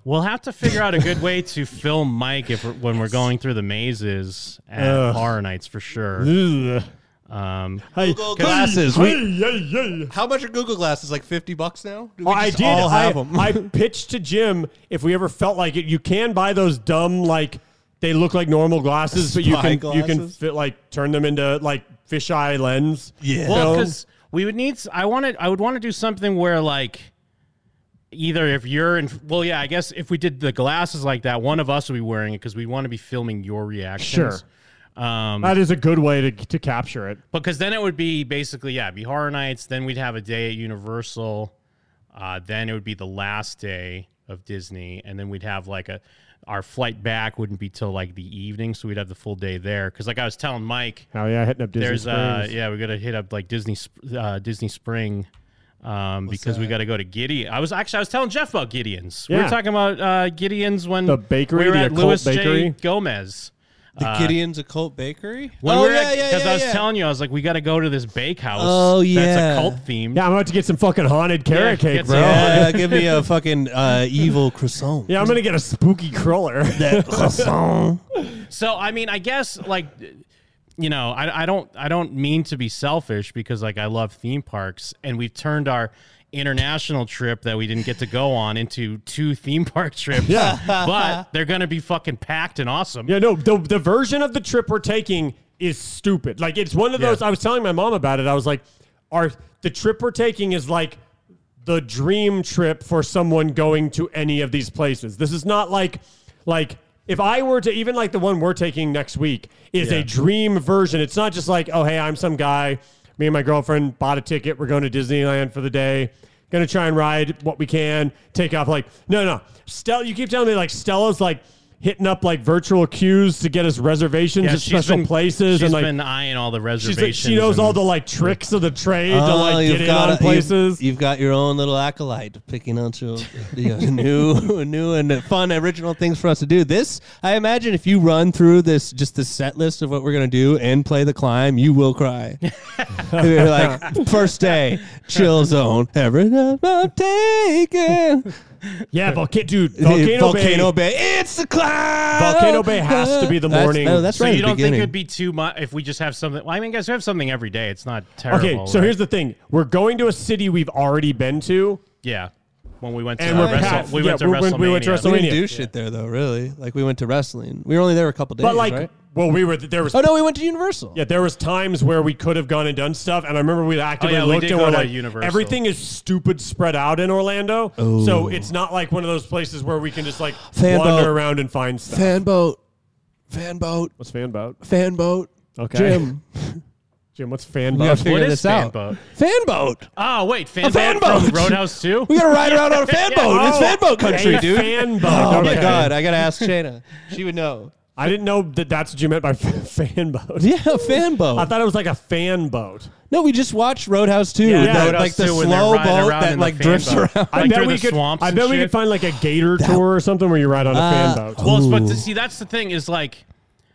S15: We'll have to figure out a good way to film Mike if we're, when we're going through the mazes at
S16: Ugh.
S15: horror nights for sure.
S16: Ugh.
S15: Um,
S4: Google glasses.
S15: We-
S4: We- How much are Google glasses? Like fifty bucks now? Do we
S16: Oh, I
S4: just
S16: did.
S4: all
S16: I,
S4: have them?
S16: I pitched to Jim if we ever felt like it. You can buy those dumb like they look like normal glasses, but you
S4: Spy
S16: can you can
S4: glasses?
S16: fit like turn them into like fisheye lens. Yeah.
S15: Well, because we would need. s- I wanted. I would want to do something where like. Either if you're in, well, yeah, I guess if we did the glasses like that, one of us would be wearing it because we want to be filming your reactions. Sure, um,
S16: that is a good way to to capture it.
S15: because then it would be basically yeah, it'd be horror nights. Then we'd have a day at Universal. Uh, then it would be the last day of Disney, and then we'd have like a our flight back wouldn't be till like the evening, so we'd have the full day there. Because like I was telling Mike,
S16: Hell Oh, yeah, hitting up Disney
S15: there's uh,
S16: Springs.
S15: yeah, we gotta hit up like Disney Sp- uh, Disney Spring. Um, because we got to go to Gideon. I was actually I was telling Jeff about Gideon's. We
S16: Yeah.
S15: were talking about uh, Gideon's when
S16: The bakery,
S15: we were
S16: the
S15: at
S16: occult
S15: Louis J.
S16: bakery?
S15: Gomez.
S4: the
S15: Uh,
S4: Gideon's Occult Bakery.
S15: when
S4: oh
S15: we were
S4: yeah,
S15: at,
S4: yeah,
S15: because
S4: yeah,
S15: I was
S4: yeah.
S15: telling you, I was like, we got to go to this bakehouse.
S4: Oh, yeah.
S15: that's a cult themed.
S16: Yeah, I'm about to get some fucking haunted carrot
S15: Yeah,
S16: cake,
S15: get
S16: bro.
S15: some-
S4: Yeah, give me a fucking uh, evil croissant.
S16: Yeah, I'm gonna get a spooky crawler.
S4: That croissant.
S15: So I mean, I guess like, you know, I, I don't I don't mean to be selfish because like I love theme parks, and we've turned our international trip that we didn't get to go on into two theme park trips.
S16: Yeah.
S15: but they're gonna be fucking packed and awesome.
S16: Yeah, no, the, the version of the trip we're taking is stupid. Like it's one of those I was telling my mom about it. I was like, our the trip we're taking is like the dream trip for someone going to any of these places. This is not like like if I were to even like the one we're taking next week is
S15: Yeah.
S16: a dream version. It's not just like, oh hey, I'm some guy. Me and my girlfriend bought a ticket. We're going to Disneyland for the day. Gonna try and ride what we can. Take off like no no. Stella, you keep telling me like Stella's like hitting up like virtual queues to get us reservations
S15: Yeah,
S16: at
S15: she's
S16: special
S15: been-
S16: places
S15: she's
S16: and like
S15: been eyeing all the
S16: she's
S15: reservations.
S16: like, she knows
S15: and-
S16: all the like tricks of the trade to
S4: Oh,
S16: like
S4: you've
S16: get in
S4: got-
S16: on
S4: you've-
S16: places.
S4: You've, got your own little acolyte picking out your, your new, new and fun original things for us to do. This, I imagine, if you run through this just the set list of what we're gonna do and play the climb, you will cry. You're like first day, chill zone, every step I'm taking.
S16: Yeah, volcano, dude, Volcano,
S4: Volcano
S16: Bay.
S4: Bay. It's the climb.
S16: Volcano Bay has to be the
S4: That's-
S16: morning.
S4: no, that's
S15: so
S4: right.
S15: you
S4: at the
S15: don't think
S4: beginning.
S15: it'd be too much if we just have something? Well, I mean, guys, we have something every day. It's not terrible.
S16: Okay, so
S15: right?
S16: here's the thing: we're going to a city we've already been to.
S15: yeah, when we went to
S16: And we're
S15: Wrestle-
S16: packed.
S15: we
S16: Yeah,
S15: went to
S16: we went-
S15: WrestleMania.
S16: we went to
S4: We didn't
S16: WrestleMania.
S4: do shit there though, really. Like we went to wrestling. We were only there a couple days.
S16: But like,
S4: right?
S16: well, we were there was.
S4: Oh no, we went to Universal.
S16: Yeah, there was times where we could have gone and done stuff, and I remember we actively
S15: Oh, yeah, we
S16: looked
S15: did
S16: and
S15: go
S16: we're
S15: to
S16: like,
S15: Universal.
S16: everything is stupid spread out in Orlando,
S4: Ooh.
S16: so it's not like one of those places where we can just like
S4: Oh. Fan
S16: wander
S4: boat.
S16: around and find stuff.
S4: Fanboat. Fanboat.
S16: what's fan boat?
S4: Fanboat.
S16: Okay,
S4: Jim.
S16: Jim, what's fan
S4: We gotta
S16: boat?
S4: figure this out.
S15: fanboat?
S4: Fanboat.
S15: Oh wait,
S4: A
S15: fan,
S4: fan
S15: boat from
S4: boat.
S15: Roadhouse too.
S4: We gotta ride around on a fanboat. It's
S16: Oh,
S4: fanboat country,
S16: a
S4: dude.
S16: fan boat.
S4: Oh my
S16: Okay.
S4: god, I gotta ask Shana. She would know.
S16: I didn't know that that's what you meant by f- fan boat.
S4: Yeah, fanboat.
S16: I thought it was like a fan boat.
S4: No, we just watched Roadhouse 2.
S16: Yeah,
S4: that-
S16: Roadhouse
S4: like the
S15: 2 when they're
S4: slow
S15: riding
S4: boat
S15: around
S4: that
S15: in the
S4: like drifts
S15: fanboat.
S4: around.
S15: Like through the
S16: could.
S15: swamps
S16: I
S15: and
S16: bet we
S15: shit.
S16: could find like a gator tour or something where you ride on a uh,
S4: Uh,
S16: fan boat.
S15: Well, it's- but to see that's the thing is like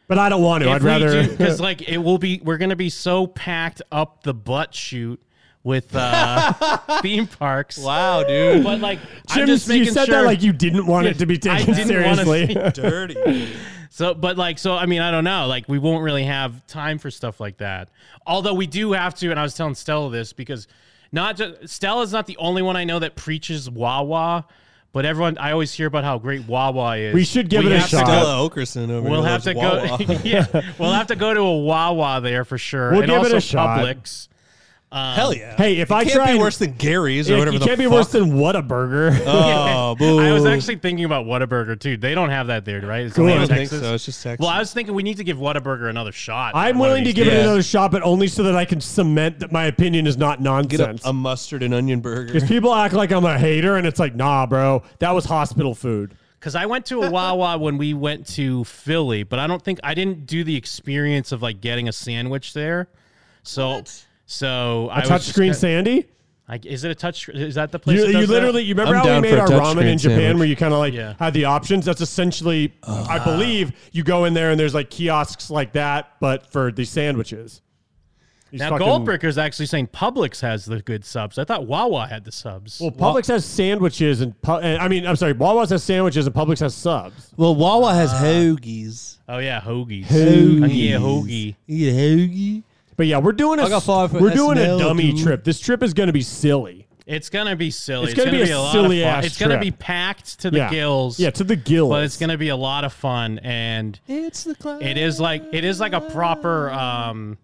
S16: but I don't want to. I'd rather.
S15: because like it will be we're gonna be so packed up the butt shoot with uh, theme parks. Wow,
S4: dude.
S15: But like,
S16: Jim,
S15: I'm just
S16: you
S15: making
S16: said that
S15: sure-
S16: like you didn't want it to be
S15: I
S16: taken
S15: didn't wanna
S16: seriously.
S15: see- So, but like, so I mean, I don't know. Like, we won't really have time for stuff like that. Although we do have to, and I was telling Stella this because not just Stella's not the only one I know that preaches Wawa, but everyone I always hear about how great Wawa is.
S16: We should give it a
S15: have to
S16: shot.
S15: go-
S16: Stella Okerson over
S15: We'll
S16: here
S15: have to
S16: loves
S15: go.
S16: Wawa.
S15: yeah, we'll have to go to a Wawa there for sure.
S16: We'll
S15: and
S16: give it
S15: also
S16: a shot.
S15: Publix. Um,
S4: Hell yeah.
S16: Hey, if
S4: It
S16: I
S4: can't
S16: try
S4: be
S16: and-
S4: worse than Gary's or
S16: Yeah,
S4: whatever
S16: You
S4: the
S16: can't be
S4: fuck.
S16: worse than what a burger.
S4: Oh, boo.
S15: I was actually thinking about Whataburger too. They don't have that there, right? It's
S16: Cool.
S15: only
S16: I
S15: in
S16: don't think
S15: Texas.
S4: so. It's just Texas.
S15: Well, I was thinking we need to give Whataburger another shot.
S16: I'm
S15: One of
S16: willing to
S15: these
S16: give it
S15: days.
S16: another shot, but only so that I can cement that my opinion is not nonsense.
S4: a mustard and onion burger.
S16: Because people act like I'm a hater, and it's like, nah, bro, that was hospital food.
S15: Because I went to a Wawa when we went to Philly, but I don't think I didn't do the experience of like getting a sandwich there. So, so
S16: A
S15: I was just
S16: touchscreen
S15: gonna-
S16: Sandy.
S15: Like, is it a touch? Is that the place?
S16: You,
S15: that
S16: you
S15: does that?
S16: literally, you remember
S4: I'm
S16: how we
S4: down
S16: made
S4: for a
S16: our
S4: touchscreen
S16: ramen in Japan,
S4: sandwich. Uh,
S16: where you kind of like
S15: Yeah.
S16: had the options. That's essentially, I believe, you go in there and there's like kiosks like that, but for the sandwiches. These
S15: now
S16: fucking-
S15: Goldbricker's actually saying Publix has the good subs. I thought Wawa had the subs.
S16: Well, Publix has sandwiches and, pu- and I mean, I'm sorry, Wawa's has sandwiches and Publix has subs.
S4: Well, Wawa has hoagies.
S15: Oh yeah, hoagies.
S16: Hoagies.
S15: Uh, I can get a hoagie.
S4: You get a hoagie.
S16: But yeah, we're doing a
S4: I got five for
S16: we're doing a
S4: SNL,
S16: dummy
S4: dude.
S16: trip. This trip is going to be silly.
S15: It's gonna be silly.
S16: It's gonna be a
S15: lot
S16: silly
S15: of fun.
S16: ass
S15: It's gonna
S16: trip.
S15: be packed to the
S16: Yeah.
S15: gills.
S16: Yeah, to the gills.
S15: But it's gonna be a lot of fun, and
S4: It's the clown.
S15: it is like it is like a proper um,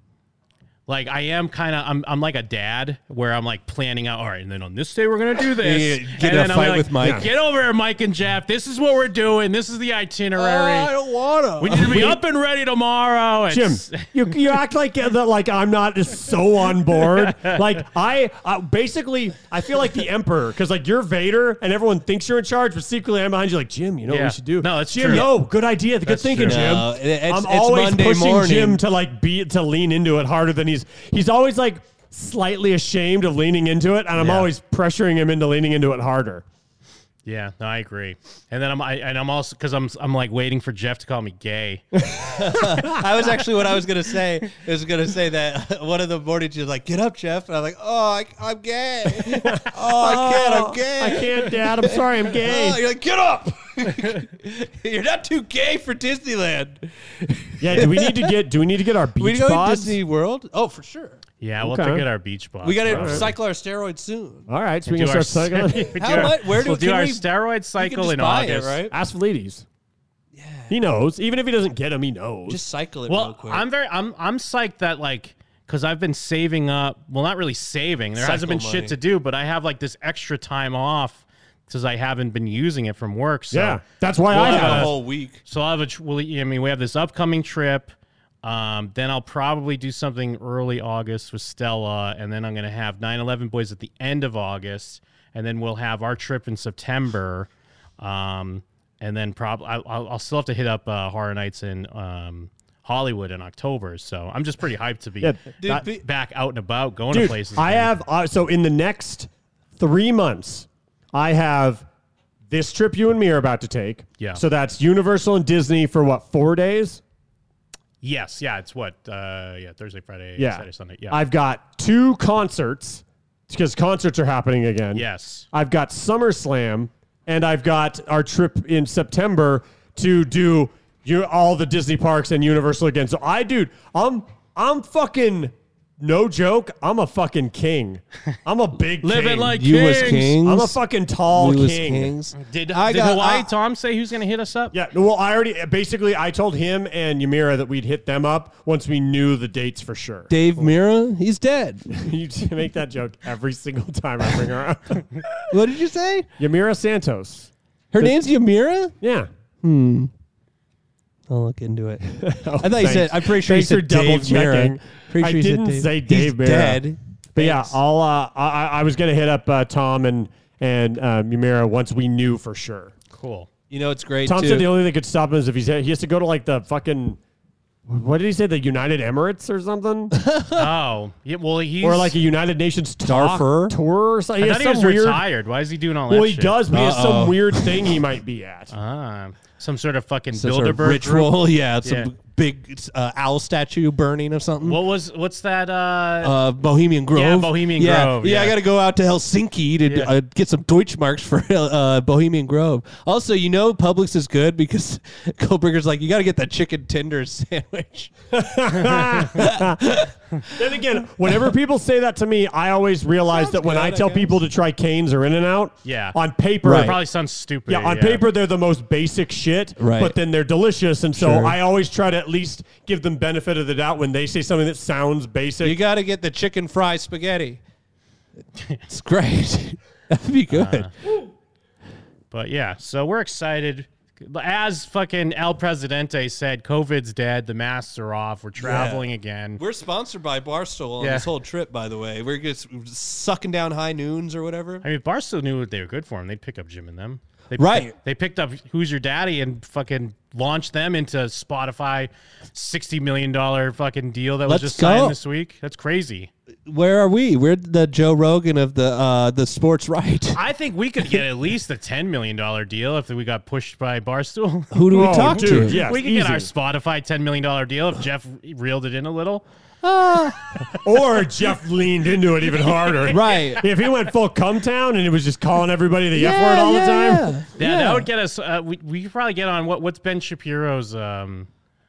S15: like I am kind of I'm I'm like a dad where I'm like planning out. All right, and then on this day we're gonna do this.
S4: Yeah, get
S15: and
S4: in a
S15: then I'm
S4: fight
S15: like,
S4: with Mike.
S15: Get over here, Mike and Jeff. This is what we're doing. This is the
S16: Oh,
S4: I
S15: itinerary.
S4: don't wanna.
S15: we need to be up and ready tomorrow.
S16: Jim,
S15: It's-
S16: you, you act like that like I'm not just so on board. Like I uh, basically I feel like the emperor because like you're Vader and everyone thinks you're in charge, but secretly I'm behind you. Like Jim, you know what
S15: Yeah.
S16: we should do?
S15: No, that's
S16: Jim.
S15: true.
S16: No, good idea. Good
S15: That's
S16: thinking,
S15: true.
S16: Jim.
S4: No, it- it's-
S16: I'm
S4: it's
S16: always
S4: Monday
S16: pushing
S4: morning.
S16: Jim to like be to lean into it harder than he's he's always like slightly ashamed of leaning into it, and I'm
S15: Yeah.
S16: always pressuring him into leaning into it harder.
S15: Yeah, no, I agree. And then I'm I, and I'm also because I'm I'm like waiting for Jeff to call me gay.
S4: I was actually what I was gonna say is gonna say that one of the mornings you're like, get up, Jeff, and I'm like, oh, I, I'm gay. Oh, I can't. I'm gay.
S16: I can't, Dad. I'm sorry. I'm gay.
S4: Oh, you're like, get up. you're not too gay for Disneyland.
S16: Yeah. Do we need to get? Do we need to get our beach
S4: we go to
S16: pods?
S4: Disney World. Oh, for sure.
S15: Yeah, we'll have to
S16: Okay.
S15: get our beach box.
S4: we gotta
S15: bro.
S4: cycle our steroids soon.
S16: All right. So
S15: And
S16: we can
S15: do our
S16: start cycling.
S15: ster- we
S4: How
S15: do our-
S4: much- where do-
S15: we'll do
S4: can
S15: our
S4: we-
S15: steroid cycle
S4: just
S15: in
S4: buy it,
S15: Augades?
S4: right?
S16: Ask Valides. Yeah. He knows. Even if he doesn't get him, he knows.
S4: Just cycle it real
S15: Well,
S4: quick.
S15: I'm very I'm I'm psyched that like because I've been saving up. Well, not really saving. There hasn't
S4: Cycle
S15: been
S4: money.
S15: shit to do, but I have like this extra time off because I haven't been using it from work. So
S16: yeah. That's why
S15: We'll
S16: I
S15: have
S16: have.
S15: a-
S4: a whole week.
S15: So I'll have a. tr- Well, I mean, we have this upcoming trip. Um, then I'll probably do something early August with Stella, and then I'm going to have 9/11 boys at the end of August, and then we'll have our trip in September. Um, and then probably I'll, I'll still have to hit up uh, Horror Nights in um, Hollywood in October. So I'm just pretty hyped to be
S16: Yeah.
S4: Dude,
S15: ba-
S4: be-
S15: back out and about, going to
S16: Dude,
S15: places.
S16: I
S15: man.
S16: have. Uh, so in the next three months, I have this trip you and me are about to take.
S15: Yeah.
S16: So that's Universal and Disney for what, four days?
S15: yes, yeah, it's what uh, yeah Thursday, Friday,
S16: Yeah.
S15: Saturday, Sunday. Yeah,
S16: I've got two concerts because concerts are happening again.
S15: yes.
S16: I've got SummerSlam, and I've got our trip in September to do your, all the Disney parks and Universal again. So I, dude, I'm I'm fucking no joke. I'm a fucking king. I'm a big
S15: Living
S16: king.
S15: like
S4: You was
S15: kings.
S4: kings.
S16: I'm a fucking tall
S4: We was
S16: king.
S4: kings.
S15: Did,
S4: I
S15: did
S4: got-
S15: Hawaii
S4: I-
S15: Tom say who's going to hit us up?
S16: Yeah, well, I already basically I told him and Ymira that we'd hit them up once we knew the dates for sure.
S4: Dave Mira, he's dead.
S16: you make that joke every single time I bring her up.
S4: what did you say?
S16: Ymira Santos.
S4: Her name's Yamira.
S16: Yeah.
S4: Hmm. I'll look into it. I thought you said.
S16: Thanks.
S4: I'm pretty sure you
S16: Thanks for
S4: said Dave Mira. Pretty
S16: I
S4: sure you said
S16: didn't
S4: Dave-
S16: say Dave
S4: he's
S16: Mira.
S4: Dead.
S16: But yeah, I'll. Uh, I, I- I was gonna hit up uh, Tom and and um, Yumira once we knew for sure.
S15: Cool.
S4: You know it's great.
S16: Tom
S4: too.
S16: said the only thing that could stop him is if he's he has to go to like the fucking. What did he say? The United Emirates or something,
S15: Oh, yeah, well, he's
S16: or like a United Nations talk
S4: Darfur?
S16: tour or
S15: I
S16: something.
S15: thought
S16: has
S15: he was
S16: some weird,
S15: retired. Why is he doing all that?
S16: Well, he
S15: shit?
S16: does, but he has
S4: Uh-oh.
S16: some weird thing he might be at.
S15: Ah, Some sort of fucking
S4: Some
S15: Bilderberg
S4: sort of ritual,
S15: group?
S4: yeah. Some big uh, owl statue burning of something.
S15: What was what's that? Uh,
S4: uh, Bohemian Grove.
S15: Yeah, Bohemian
S4: Yeah,
S15: Grove,
S4: Yeah, I
S15: yeah.
S4: got to go out to Helsinki to
S15: Yeah.
S4: uh, get some Deutschmarks for uh, Bohemian Grove. Also, you know Publix is good because Goldberger's like, you got to get that chicken tender sandwich.
S16: then again, whenever people say that to me, I always realize that when
S15: good,
S16: I
S15: I
S16: tell
S15: guess.
S16: people to try Canes or In and Out,
S15: Yeah.
S16: on paper,
S15: Right. Probably sounds stupid,
S16: Yeah, on
S15: yeah.
S16: paper they're the most basic shit,
S4: Right.
S16: But then they're delicious, and so
S4: Sure.
S16: I always try to at least give them benefit of the doubt when they say something that sounds basic.
S4: you got to get the chicken fry spaghetti. it's great. That'd be good.
S15: But yeah, so we're excited. As fucking El Presidente said, COVID's dead. The masks are off. We're traveling
S4: Yeah.
S15: again.
S4: We're sponsored by Barstool on
S15: Yeah.
S4: this whole trip, by the way. We're just sucking down high noons or whatever.
S15: I mean, Barstool knew what they were good for, and they'd pick up Jim and them. They
S4: Right.
S15: they picked up Who's Your Daddy and fucking launched them into Spotify, sixty million dollar fucking deal that was
S4: Let's
S15: just
S4: go.
S15: signed this week. That's crazy.
S4: Where are we? We're the Joe Rogan of the uh, the sports right.
S15: I think we could get at least a ten million dollar deal if we got pushed by Barstool.
S4: Who do we Oh, talk to? dude,
S16: yes,
S15: we could get our
S16: easy.
S15: Spotify ten million dollar deal if Jeff reeled it in a little. Ah.
S16: or Jeff leaned into it even harder,
S4: Right.
S16: If he went full cum town and he was just calling everybody the f word all the time,
S15: Yeah, that would get us. Uh, we we could probably get on what what's Ben Shapiro's um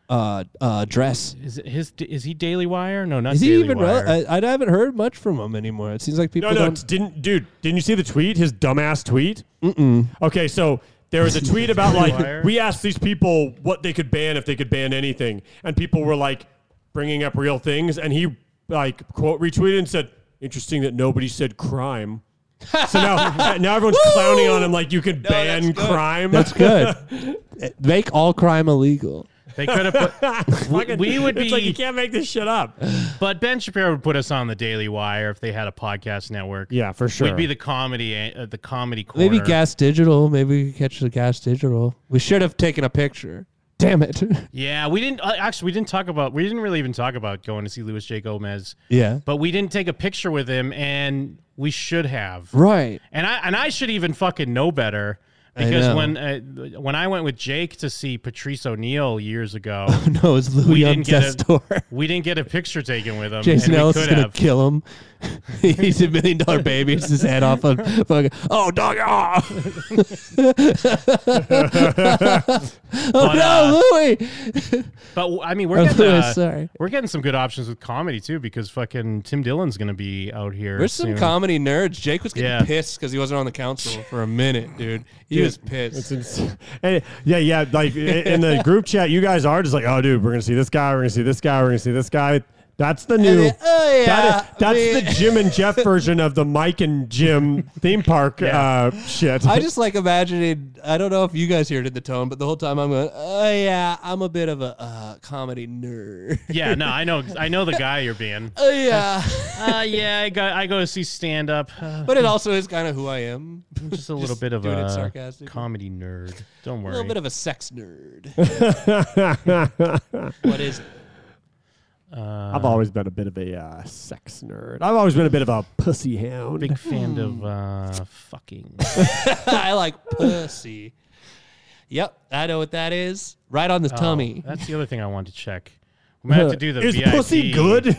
S4: uh, uh, dress.
S15: is it his is he Daily Wire? No, not
S4: Is he
S15: Daily
S4: even?
S15: Wire.
S4: Re- I, I haven't heard much from him anymore. It seems like people
S16: No, no,
S4: don't.
S16: didn't dude? Didn't you see the tweet? His dumbass tweet. Mm-mm. Okay, so there was a tweet about like
S15: Wire.
S16: we asked these people what they could ban if they could ban anything, and people were like bringing up real things, and he like quote retweeted and said, "Interesting that nobody said crime." so now, now everyone's clowning on him like you can ban crime.
S4: That's good. Make all crime illegal.
S15: they could
S4: uh,
S15: have put. we,
S16: Fucking-
S15: we would
S16: it's
S15: be.
S16: like you can't make this shit up.
S15: but Ben Shapiro would put us on the Daily Wire if they had a podcast network.
S16: Yeah, for sure.
S15: We'd be the comedy, uh, the comedy corner.
S4: Maybe gas digital. Maybe we could catch the gas digital. We should have taken a picture. Damn it.
S15: Yeah, we didn't uh, actually. We didn't talk about. We didn't really even talk about going to see Luis J Gomez.
S4: Yeah.
S15: but we didn't take a picture with him, and we should have.
S4: Right.
S15: And I and I should even fucking know better
S4: I
S15: because
S4: know.
S15: when uh, when I went with Jake to see Patrice O'Neill years ago,
S4: Oh, No, it's Lou
S15: we
S4: Young
S15: didn't get
S4: Testor.
S15: a, we didn't get a picture taken with him.
S4: Jason
S15: Um, and we
S4: Ellis
S15: could
S4: is gonna
S15: have.
S4: kill him. He's a million dollar baby. He's his head off of fucking. Oh dog! ah." oh no, Louis.
S15: uh, But w- I mean, we're
S4: Oh,
S15: getting
S4: Louis,
S15: uh,
S4: sorry.
S15: we're getting some good options with comedy too because fucking Tim Dillon's gonna be out here.
S4: We're some
S15: soon.
S4: comedy nerds. Jake was getting
S15: Yeah.
S4: pissed because he wasn't on the council for a minute, dude. He
S16: Dude,
S4: was pissed.
S16: it's ins- and- yeah, yeah. Like i- in the group chat, you guys are just like, oh, dude, we're gonna see this guy, we're gonna see this guy, we're gonna see this guy. That's the new.
S4: then, oh,
S16: that is,
S4: yeah,
S16: that's
S4: we-
S16: the Jim and Jeff version of the Mike and Jim theme park uh, shit.
S4: I just like imagining. I don't know if you guys heard it in the tone, but the whole time I'm going, oh yeah, I'm a bit of a uh, comedy nerd.
S15: Yeah, no, I know, I know the guy you're being.
S4: Oh yeah,
S15: uh, yeah, I go, I go to see uh, stand up,
S4: but it also is kind of who I am.
S15: just a little bit of
S4: doing it
S15: a
S4: sarcastic.
S15: comedy nerd. Don't
S4: A
S15: worry.
S4: little bit of a sex nerd.
S16: what
S4: what is it?
S15: Uh,
S16: I've always been a bit of a uh, sex nerd. I've always been a bit of a pussy hound.
S15: big fan of uh, fucking.
S4: I like pussy. Yep, I know what that is. Right on the
S15: Oh,
S4: tummy.
S15: That's the other thing I wanted to check. We might have to do the
S16: Is
S15: VIP.
S16: pussy good?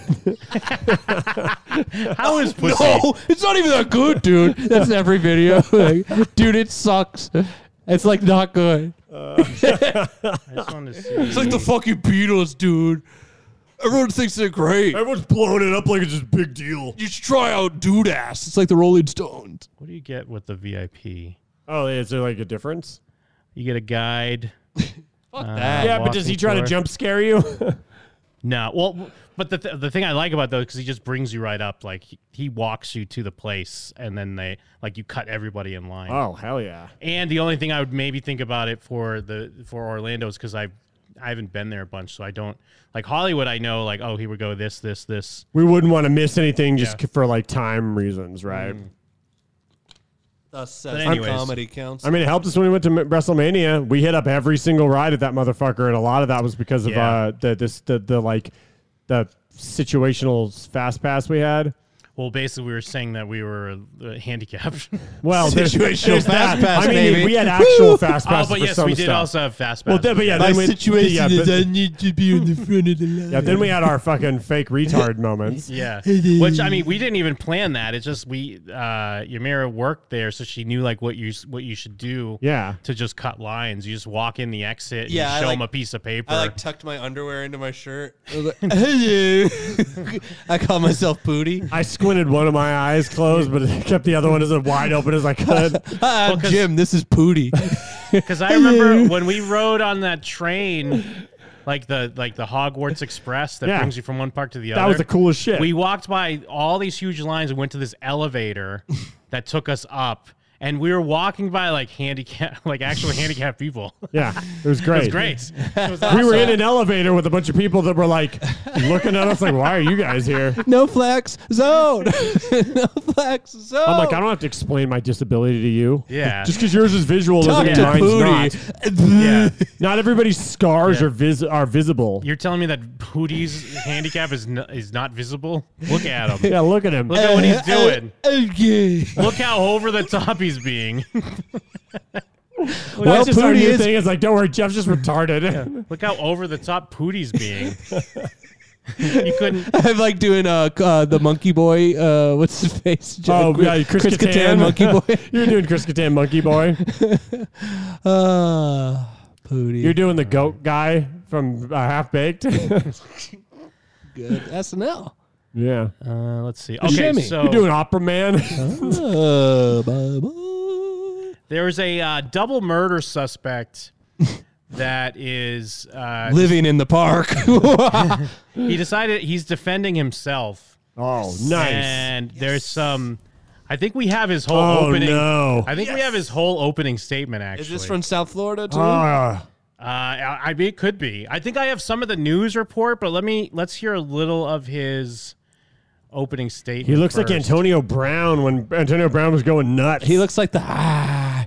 S15: How is pussy?
S4: No, it's not even that good, dude. That's every video. Like, dude, it sucks. It's like not good.
S15: I just wanted to see.
S4: It's like the fucking Beatles, dude. Everyone thinks they're great.
S16: Everyone's blowing it up like it's this big deal.
S4: You should try out Oh, dude ass. It's like the Rolling Stones.
S15: What do you get with the VIP? You
S16: Oh, is there like a difference?
S15: get a guide.
S4: Fuck
S15: that.
S16: yeah, but does he
S15: walking
S16: try to
S15: tour.
S16: jump scare you?
S15: No, well, but the th- the thing I like about those because he just brings you right up. Like he, he walks you to the place, and then they like you cut everybody in line.
S16: oh, hell yeah.
S15: And the only thing I would maybe think about it for the for Orlando is because I I haven't been there a bunch, so I don't like Hollywood. I know like oh here we go this this this.
S16: We wouldn't want to miss anything just
S15: Yeah.
S16: for like time reasons, right?
S4: Mm, Thus,
S15: But
S4: says the
S15: anyways.
S4: comedy council.
S16: I mean, it helped us when we went to M- WrestleMania. We hit up every single ride at that motherfucker, and a lot of that was because of
S15: Yeah.
S16: uh, the this the, the like the situational fast pass we had.
S15: Well, basically, we were saying that we were uh, handicapped.
S16: Well, there's- Situational there's fast that. pass, I mean, baby. we had
S15: Woo!
S16: actual fast passes
S15: Oh, but
S16: for
S15: yes,
S16: some
S15: we did
S16: stuff.
S15: also have fast
S16: Well,
S15: passes.
S16: then- but yeah, then we- yeah, but-
S4: need to be in the front of the line.
S16: Yeah, then we had our fucking fake retard moments.
S15: Yeah. Which I mean, we didn't even plan that. It's just we uh Yamira worked there, so she knew like what you what you should do.
S16: Yeah.
S15: To just cut lines, you just walk in the exit. And
S4: Yeah,
S15: you
S4: I
S15: show
S4: like-
S15: them a piece of paper.
S4: I like tucked my underwear into my shirt. I, was like, "Hey, I call myself Booty.
S16: I squinted one of my eyes closed, but kept the other one as wide open as I could.
S4: Hi, I'm Jim. This is Pooty.
S15: because I remember when we rode on that train. Like the like the Hogwarts Express that
S16: Yeah.
S15: brings you from one park to the other.
S16: That was the coolest shit.
S15: We walked by all these huge lines and went to this elevator that took us up, and we were walking by like handicap, like actual handicapped people.
S16: Yeah, it was
S15: It was
S16: great.
S15: great. It was
S16: We were
S15: awesome.
S16: in an elevator with a bunch of people that were like looking at us like, "Why are you guys here?"
S4: No flex zone. no flex zone.
S16: I'm like, I don't have to explain my disability to you.
S4: Yeah.
S16: just because yours is visual doesn't
S4: Talk
S16: mean
S4: to
S16: mine's
S4: Pooty.
S16: not. yeah, not everybody's scars
S15: Yeah.
S16: are vis- are visible.
S15: You're telling me that Pooty's handicap is n- is not visible? Look at him.
S16: Yeah, look at him.
S15: Look at what he's doing.
S4: Okay.
S15: Look how over the top he's being.
S16: Well, That's just our
S15: Pooty
S16: new
S15: is-
S16: thing. It's like, don't worry, Jeff's just retarded.
S15: Look how over the top Pooty's being. you couldn't.
S4: I'm like doing uh, c- uh the monkey boy. Uh, what's his face?
S16: Oh
S4: Chris-
S16: yeah, Chris, Kattan.
S4: monkey boy.
S16: You're doing Chris Kattan, monkey boy.
S4: Uh, Pooty.
S16: You're doing the goat guy from uh, Half Baked.
S4: good SNL.
S16: yeah.
S15: Uh, let's see.
S16: You're
S15: Okay,
S16: Jimmy.
S15: so-
S16: you're doing Opera Man.
S4: Ah.
S15: There was a uh, double murder suspect that is uh,
S4: Living in the park.
S15: he decided he's defending himself.
S16: Oh, nice.
S15: And there's some. I think we have his whole
S16: Oh,
S15: opening.
S16: no.
S15: I think we have his whole opening statement. Actually,
S4: Is this from South Florida too?
S16: Ah.
S15: Uh, I I mean, it could be. I think I have some of the news report, but let me let's hear a little of his opening statement.
S16: he looks like
S15: first.
S16: Antonio Brown when Antonio Brown was going nuts. He
S4: looks like the ah,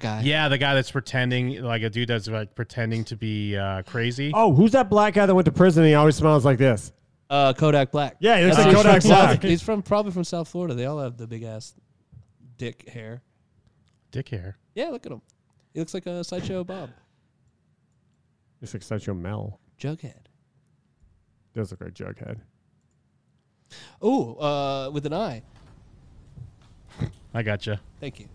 S4: guy.
S15: Yeah, the guy that's pretending like a dude that's like pretending to be uh, crazy.
S16: Oh, who's that black guy that went to prison? and He always smiles like this.
S4: Uh, Kodak Black.
S16: Yeah, he looks
S4: That's
S16: like
S4: who
S16: Kodak
S4: he's from.
S16: Black.
S4: He's from probably from South Florida. They all have the big ass dick hair.
S15: dick hair.
S4: Yeah, look at him. He looks like a sideshow Bob.
S16: He looks like Sergio Mel.
S4: Jughead.
S16: Does look like Jughead.
S4: Oh, uh, with an eye.
S15: I gotcha.
S4: Thank you.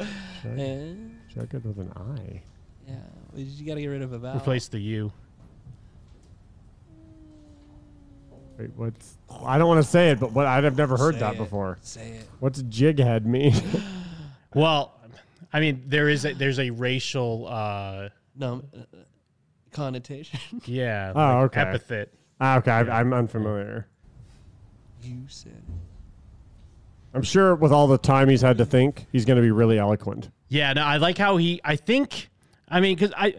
S4: Eh,
S16: Jughead with an eye.
S4: yeah, you got to get rid of a vowel.
S15: Replace the U.
S16: Wait, what's? I don't want to say it, but what I've never heard
S15: Say
S16: that
S15: it.
S16: before.
S4: Say it.
S16: What's jighead mean?
S15: Well, I mean, there is a, there's a racial uh,
S4: no uh, connotation.
S15: yeah,
S16: oh,
S15: like
S16: okay.
S15: epithet.
S16: Ah, okay, I, I'm unfamiliar.
S4: You said.
S16: I'm sure with all the time he's had to think, he's going to be really eloquent.
S15: Yeah, no, I like how he. I think, I mean, because I,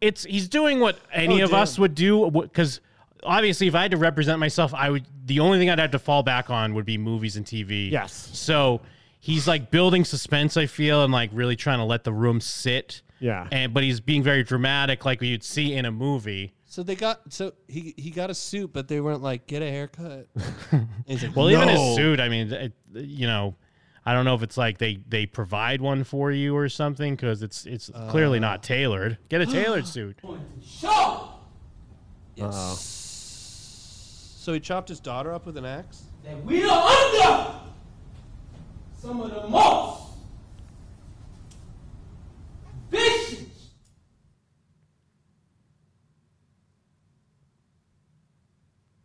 S15: it's he's doing what any
S4: Oh,
S15: of us would do. Because obviously, if I had to represent myself, I would. The only thing I'd have to fall back on would be movies and TV.
S16: Yes.
S15: So he's like building suspense. I feel and like really trying to let the room sit.
S16: Yeah.
S15: And but he's being very dramatic, like you'd see in a movie.
S4: So they got so he he got a suit, but they weren't like get a haircut. He's like,
S15: Well, even
S4: "No."
S15: his suit. I mean, it, you know, I don't know if it's like they they provide one for you or something because it's it's
S4: Uh.
S15: clearly not tailored. Get a tailored suit.
S4: So he chopped his daughter up with an axe.
S13: We are under some of the most vicious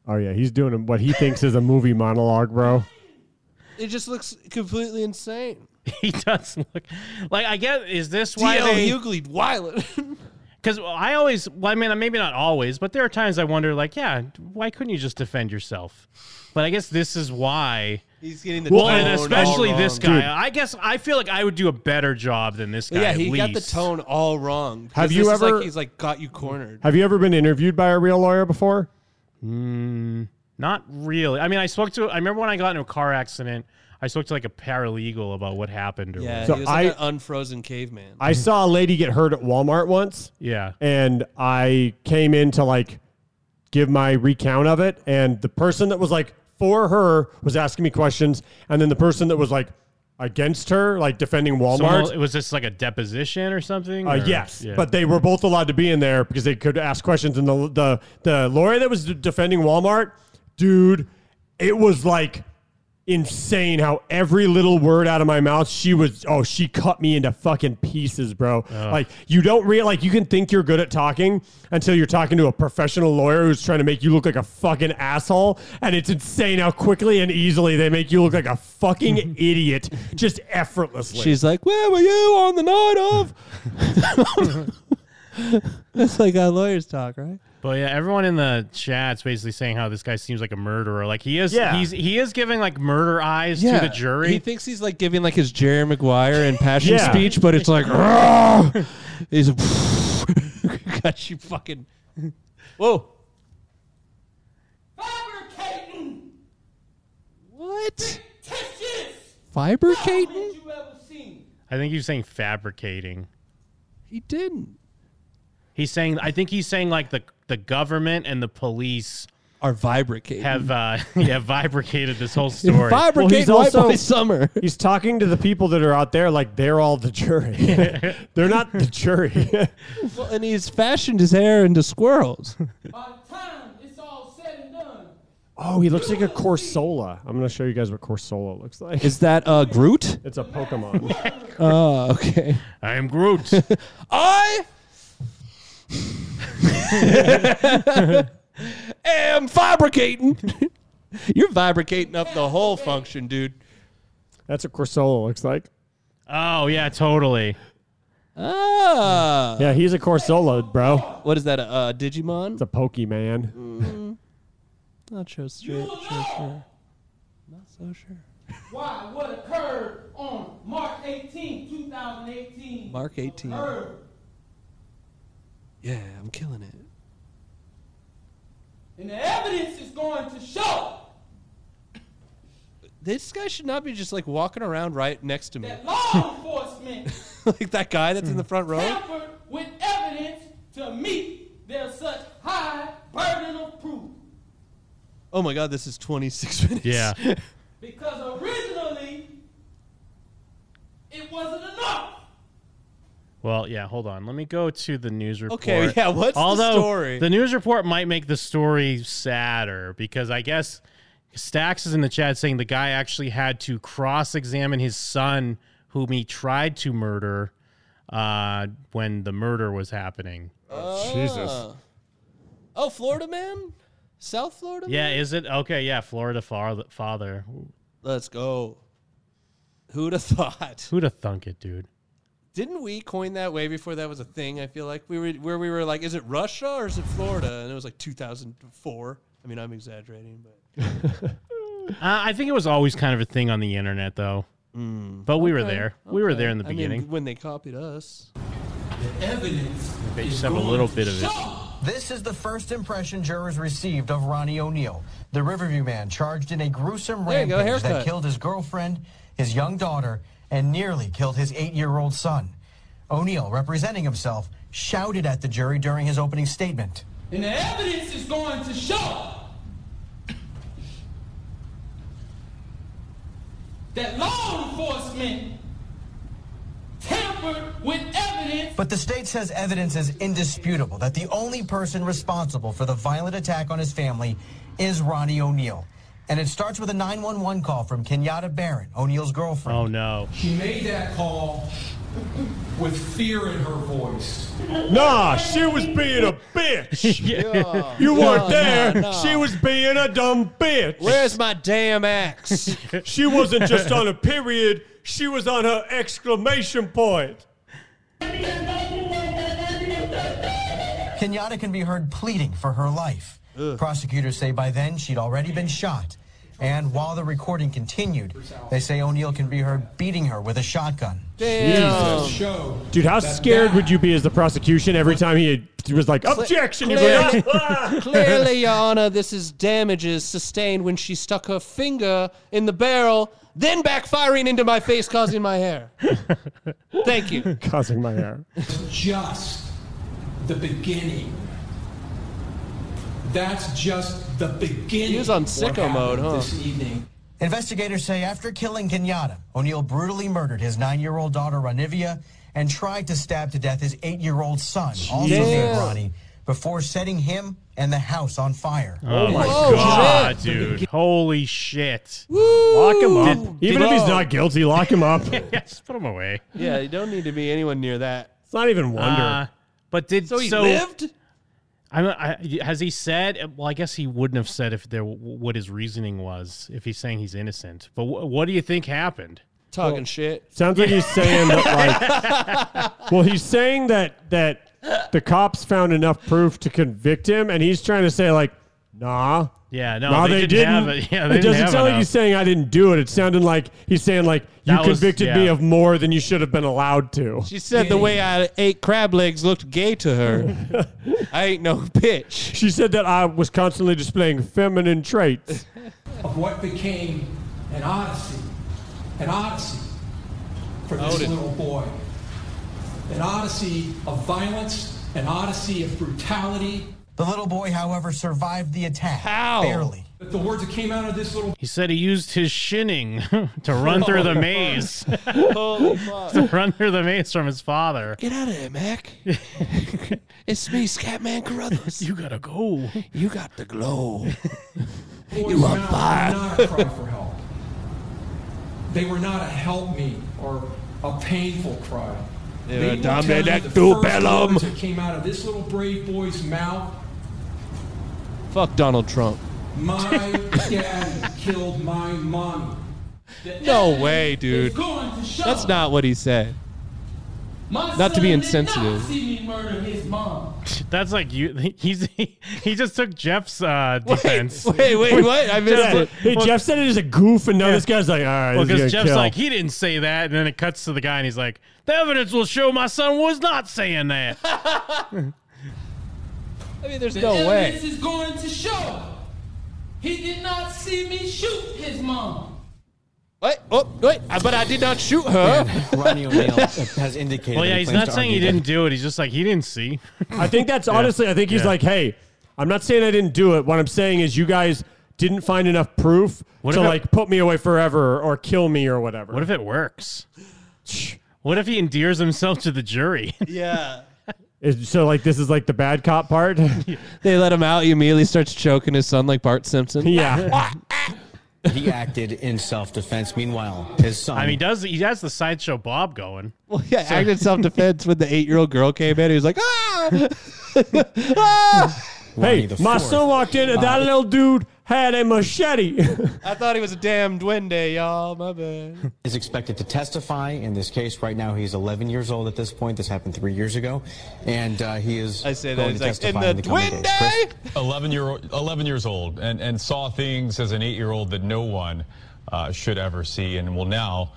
S16: Oh yeah, he's doing what he thinks is a movie monologue, bro.
S4: It just looks completely insane.
S15: He does look like I guess is this why
S4: D.L.
S15: they
S4: Hughley Wyland.
S15: because I always well I mean uh, maybe not always but there are times I wonder like yeah why couldn't you just defend yourself but I guess this is why
S4: He's getting the
S15: well
S4: tone
S15: and especially
S4: all
S15: this
S4: wrong.
S15: guy
S4: Dude.
S15: I guess I feel like I would do a better job than this guy
S4: yeah,
S15: at
S4: he got the
S15: least.
S4: tone all wrong. 'Cause
S16: Have you
S4: this is like
S16: ever-
S4: he's like got you cornered.
S16: Have you ever been interviewed by a real lawyer before?
S15: Mm, not really. I mean, I spoke to. I remember when I got into a car accident. I spoke to like a paralegal about what happened. Or
S4: Yeah,
S15: whatever.
S4: he was like an unfrozen caveman.
S16: I saw a lady get hurt at Walmart once.
S15: Yeah.
S16: And I came in to like give my recount of it, and the person that was like for her was asking me questions, and then the person that was like against her, like defending Walmart,
S15: Someone- it was just like a deposition or something.
S16: uh,
S15: or-
S16: yes,
S15: yeah.
S16: but they were both allowed to be in there because they could ask questions. And the the the lawyer that was defending Walmart, dude, it was like insane how every little word out of my mouth she was oh she cut me into fucking pieces bro like you don't real like you can think you're good at talking until you're talking to a professional lawyer who's trying to make you look like a fucking asshole and it's insane how quickly and easily they make you look like a fucking idiot just effortlessly
S4: She's like, "Where were you on the night of?" That's like how lawyers talk, right?
S15: But yeah, everyone in the chat's basically saying how this guy seems like a murderer. Like he is,
S4: Yeah.
S15: he's he is giving like murder eyes to the jury.
S4: He thinks he's like giving like his Jerry Maguire impassioned
S15: Yeah.
S4: speech, but it's like, "Argh!" he's got you fucking. Whoa.
S19: Fabricating!
S4: What?
S19: Fictitious!
S4: Fabricating?
S19: Did you ever seen?
S15: I think he's saying fabricating.
S4: He didn't.
S15: He's saying. I think he's saying like the the government and the police
S4: are vibricating.
S15: Have uh, yeah, vibricated this whole story.
S4: summer.
S16: He's talking to the people that are out there like they're all the jury. they're not the jury.
S4: Well, and he's fashioned his hair into squirrels.
S19: By the time it's all said and done,
S16: oh, he looks like a Corsola. I'm going to show you guys what Corsola looks like.
S4: Is that uh, Groot?
S16: It's a Pokemon.
S4: Oh, okay.
S15: I am Groot.
S4: I am fabricating. You're fabricating up the whole function, dude.
S16: That's what Corsola looks like.
S15: Oh yeah, totally.
S4: Ah.
S16: yeah, he's a Corsola, bro.
S4: What is that? A, uh Digimon? It's
S16: a Pokemon.
S4: Mm. Not so sure. sure, sure. Not so sure.
S19: why what occurred on March 18, 2018?
S4: Mark 18.
S19: Occurred.
S4: Yeah, I'm killing it.
S19: And the evidence is going to show
S4: This guy should not be just like walking around right next to me.
S19: that law enforcement
S4: like that guy that's in the front row.
S19: tampered with evidence to meet their such high burden of proof.
S4: Oh my god, this is 26 minutes.
S15: Yeah.
S19: Because originally, it wasn't enough.
S15: Well, yeah, hold on. Let me go to the news report.
S4: Okay, yeah, what's the
S15: Although,
S4: story?
S15: The news report might make the story sadder because I guess Stax is in the chat saying the guy actually had to cross examine his son, whom he tried to murder uh, when the murder was happening.
S4: Ah. Oh, Florida man? South Florida?
S15: Yeah,
S4: man?
S15: is it? Okay, yeah, Florida fa- father.
S4: Let's go. Who'd have thought?
S15: Who'd have thunk it, dude?
S4: Didn't we coin that way before that was a thing? I feel like we were where we were like, is it Russia or is it Florida? And it was like 2004. I mean, I'm exaggerating, but
S15: Uh, I think it was always kind of a thing on the internet, though. but we were
S4: Okay,
S15: there. We were
S4: Hmm. okay.
S15: there in the
S4: I mean,
S15: beginning.
S4: when they copied us.
S20: Evidence.
S15: I bet you just have a little bit of it.
S20: This is the first impression jurors received of Ronnie O'Neill, the Riverview man charged in a gruesome
S4: There you go,
S20: rampage that
S4: haircut.
S20: killed his girlfriend, his young daughter, and nearly killed his eight year old son. O'Neill, representing himself, shouted at the jury during his opening statement.
S19: And the evidence is going to show that law enforcement tampered with evidence
S20: But the state says evidence is indisputable that the only person responsible for the violent attack on his family is Ronnie O'Neill. And it starts with a 911 call from Kenyatta Barron, O'Neill's girlfriend.
S15: Oh, no.
S19: She made that call with fear in her voice.
S16: Nah, she was being a bitch.
S19: Yeah.
S16: You
S19: No,
S16: weren't there.
S19: no, no.
S16: She was being a dumb bitch.
S4: Where's my damn axe?
S16: she wasn't just on a period. She was on her exclamation point.
S20: Kenyatta can be heard pleading for her life. Prosecutors say by then she'd already been shot. And while the recording continued, they say O'Neill can be heard beating her with a shotgun.
S16: Dude, how scared would you be as the prosecution every time he was like, objection? You'd be like,
S4: Clearly,
S16: "Ah, ah."
S4: clearly, Your Honor, this is damages sustained when she stuck her finger in the barrel, then backfiring into my face, causing my hair. Thank you.
S16: Causing my hair.
S19: Just the beginning. That's just the beginning.
S4: He was
S19: of
S4: on
S19: what
S4: sicko mode,
S19: happened
S4: huh?
S19: This evening.
S20: Investigators say after killing Kenyatta, O'Neill brutally murdered his nine year old daughter, Ranivia, and tried to stab to death his eight year old son, also named
S15: Jesus.
S20: Ronnie, before setting him and the house on fire.
S15: Oh, my god, dude! Holy shit!
S16: Lock him up.
S15: Did-
S16: Even
S15: did-
S16: if he's not guilty, lock him up.
S15: yes, put him away.
S4: Yeah, you don't need to be anyone near that.
S16: It's not even wonder.
S15: Uh, but did
S4: So
S15: so?
S4: he lived?
S15: I'm, I, has he said? Well, I guess he wouldn't have said if there what his reasoning was. If he's saying he's innocent, but wh- what do you think happened?
S4: Talking shit.
S16: Sounds like he's saying that like Well, he's saying that that the cops found enough proof to convict him and he's trying to say like, nah.
S15: Yeah, no,
S16: nah,
S15: they
S16: they,
S15: didn't have it. Yeah, they
S16: it
S15: didn't
S16: doesn't
S15: have
S16: sound like
S15: enough.
S16: he's saying I didn't do it. It sounded like he's saying like you
S15: That was-
S16: convicted me
S15: yeah.
S16: of more than you should have been allowed to.
S4: She said the way I ate crab legs looked gay to her. I ain't no bitch.
S16: She said that I was constantly displaying feminine traits.
S19: Of what became an odyssey, an odyssey for this
S4: Odin.
S19: little boy, an odyssey of violence, an odyssey of brutality.
S20: The little boy, however, survived the attack.
S19: How?
S20: Barely.
S19: The words that came out of this little
S15: He said he used his shinning to run through the maze.
S4: Holy
S15: to run through the maze from his father.
S4: Get out of there, Mac. it's me, Scatman Carruthers.
S15: You gotta go.
S4: You got the glow.
S19: boy's
S4: You on
S19: mouth
S4: fire.
S19: was not a cry for help. They were not a help me or a painful cry.
S4: They
S19: They
S4: were
S19: will
S4: dame
S19: tell you
S4: d'act
S19: the
S4: du
S19: first
S4: bellum.
S19: words that came out of this little brave boy's mouth
S4: Fuck Donald Trump.
S19: My dad killed my mommy. The
S4: No
S19: evidence
S4: way,
S19: is
S4: dude.
S19: going to show.
S4: That's not what he said.
S19: My
S4: Not to be
S19: son did
S4: insensitive.
S19: not see me murder his mom.
S15: That's like you. He's he, he just took Jeff's uh, defense.
S4: wait, wait, what? I missed
S15: Jeff-
S4: it.
S16: Hey,
S15: well-
S16: Jeff said it as a goof, and now this guy's like, all right,
S15: Well,
S16: this
S15: because
S16: is gonna
S15: Jeff's
S16: kill.
S15: like he didn't say that, and then it cuts to the guy, and he's like, "The evidence will show my son was not saying that."
S4: I mean, there's
S19: The
S4: no way.
S19: evidence is going to show. He did not see me shoot his mom.
S4: Wait, oh, wait, I- but I did not shoot her.
S20: Ronnie O'Neill has indicated.
S15: well,
S20: that
S15: yeah,
S20: he
S15: he's
S20: plans
S15: not
S20: to
S15: saying he
S20: argue that-
S15: didn't do it. He's just like he didn't see.
S16: I think that's honestly, I think he's
S15: Yeah.
S16: like, hey, I'm not saying I didn't do it. What I'm saying is you guys didn't find enough proof
S15: What
S16: to
S15: if it-
S16: like put me away forever or kill me or whatever.
S15: What if it works? What if he endears himself to the jury?
S4: Yeah.
S16: Is- so like this is like the bad cop part?
S4: They let him out. He immediately starts choking his son like Bart Simpson.
S16: yeah.
S20: He acted in self defense. Meanwhile, his son.
S15: I mean, he does he has the sideshow Bob going?
S4: Well, yeah, acted self defense when the eight year old girl came in. He was like, ah!
S16: hey, my son walked in and that little dude had a machete.
S4: I thought he was a damn duende, y'all. My bad.
S20: is expected to testify in this case. Right now, he's 11 years old at this point. This happened three years ago, and uh, he is.
S4: I say that.
S20: going
S4: He's
S20: to
S4: like, in
S20: testify
S4: the
S20: in the coming days. Chris?
S4: duende?
S21: 11 year old, 11 years old and, and saw things as an 8 year old that no one uh, should ever see and will now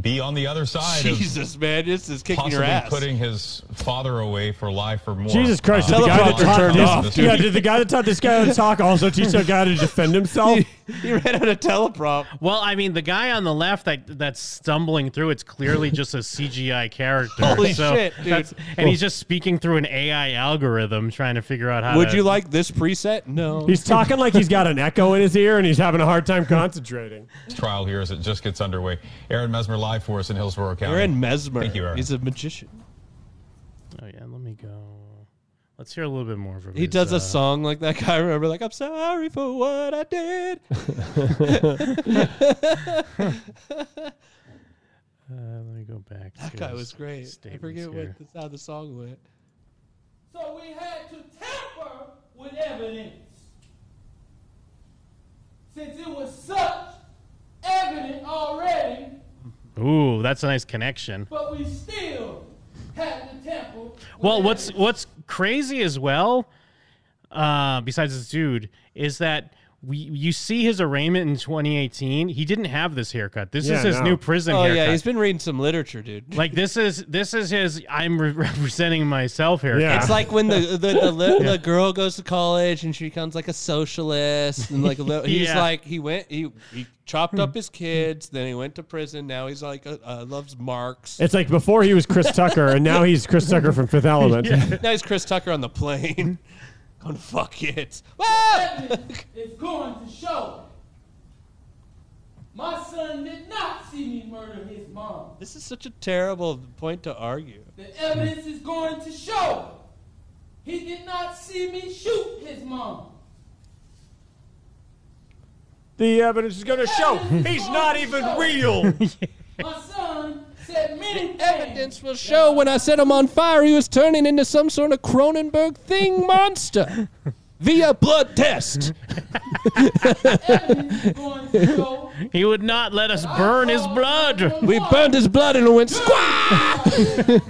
S21: be on the other side of
S4: Jesus, man. This is kicking your
S21: possibly
S4: ass.
S21: putting his father away for life or more.
S16: Jesus Christ,
S21: Uh,
S16: did the guy that
S4: Teleprompter
S16: taught
S4: turned
S16: this,
S4: off,
S16: yeah,
S4: dude.
S16: did the guy that taught this guy how to talk also teach that guy how to defend himself?
S4: he ran out of teleprompt.
S15: Well, I mean, the guy on the left that that's stumbling through, it's clearly just a CGI character.
S4: Holy
S15: So
S4: shit, dude.
S15: that's- and he's just speaking through an AI algorithm, trying to figure out how.
S4: Would
S15: to-
S4: you like this preset? No.
S16: He's talking like he's got an echo in his ear and he's having a hard time concentrating.
S21: trial here as it just gets underway. Aaron Mesmer live for us in Hillsborough County.
S4: Aaron Mesmer.
S21: Thank you, Aaron.
S4: He's a magician.
S15: Oh yeah, let me go. Let's hear a little bit more from.
S4: He
S15: his,
S4: does
S15: uh,
S4: a song like that guy. Remember, like I'm sorry for what I did.
S15: Uh, let me go back.
S4: that
S15: to
S4: guy
S15: his
S4: was great. I
S15: statements
S4: forget
S15: here.
S4: what the, how the song went.
S19: So we had to tamper with evidence. Since it was such evident already,
S15: Ooh, that's a nice connection.
S19: but we still had to tamper. with
S15: Well,
S19: evidence.
S15: what's what's crazy as well, uh, besides this dude, is that we you see his arraignment in 2018. He didn't have this haircut. This
S4: Yeah,
S15: is his
S4: no.
S15: new prison
S4: Oh
S15: haircut.
S4: yeah, he's been reading some literature, dude.
S15: like this is this is his. I'm re- representing myself here.
S4: It's like when the the, the, li- the girl goes to college and she becomes like a socialist and like a little, he's
S15: Yeah. Hmm.
S4: like he went he, he chopped up his kids then he went to prison now he's like uh, uh, loves Marx
S16: It's like before he was Chris Tucker, and now he's Chris Tucker from Fifth Element.
S4: now he's Chris Tucker on the plane
S22: on fuck it.
S19: Evidence is going to show. My son did not see me murder his mom.
S4: This is such a terrible point to argue.
S19: The evidence is going to show. He did not see me shoot his mom.
S16: The evidence is going to show he's not even real.
S19: My son said many
S4: Evidence will show when I set him on fire, he was turning into some sort of Cronenberg thing monster via blood test.
S15: He would not let us burn his blood.
S4: We burned his blood and it went squaw.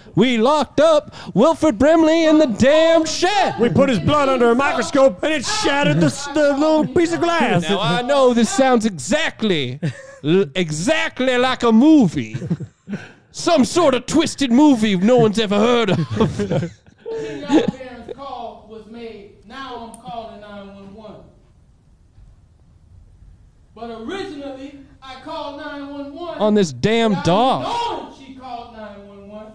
S4: we locked up Wilfred Brimley in the damn shed.
S16: We put his blood under a microscope and it shattered the, the little piece of glass.
S4: Now I know this sounds exactly, l- exactly like a movie. Some sort of twisted movie no one's ever heard of.
S19: King Albaron's call was made. Now I'm calling 911. But originally, I called 911.
S4: On this damn
S19: But I
S4: dog.
S19: know she called 911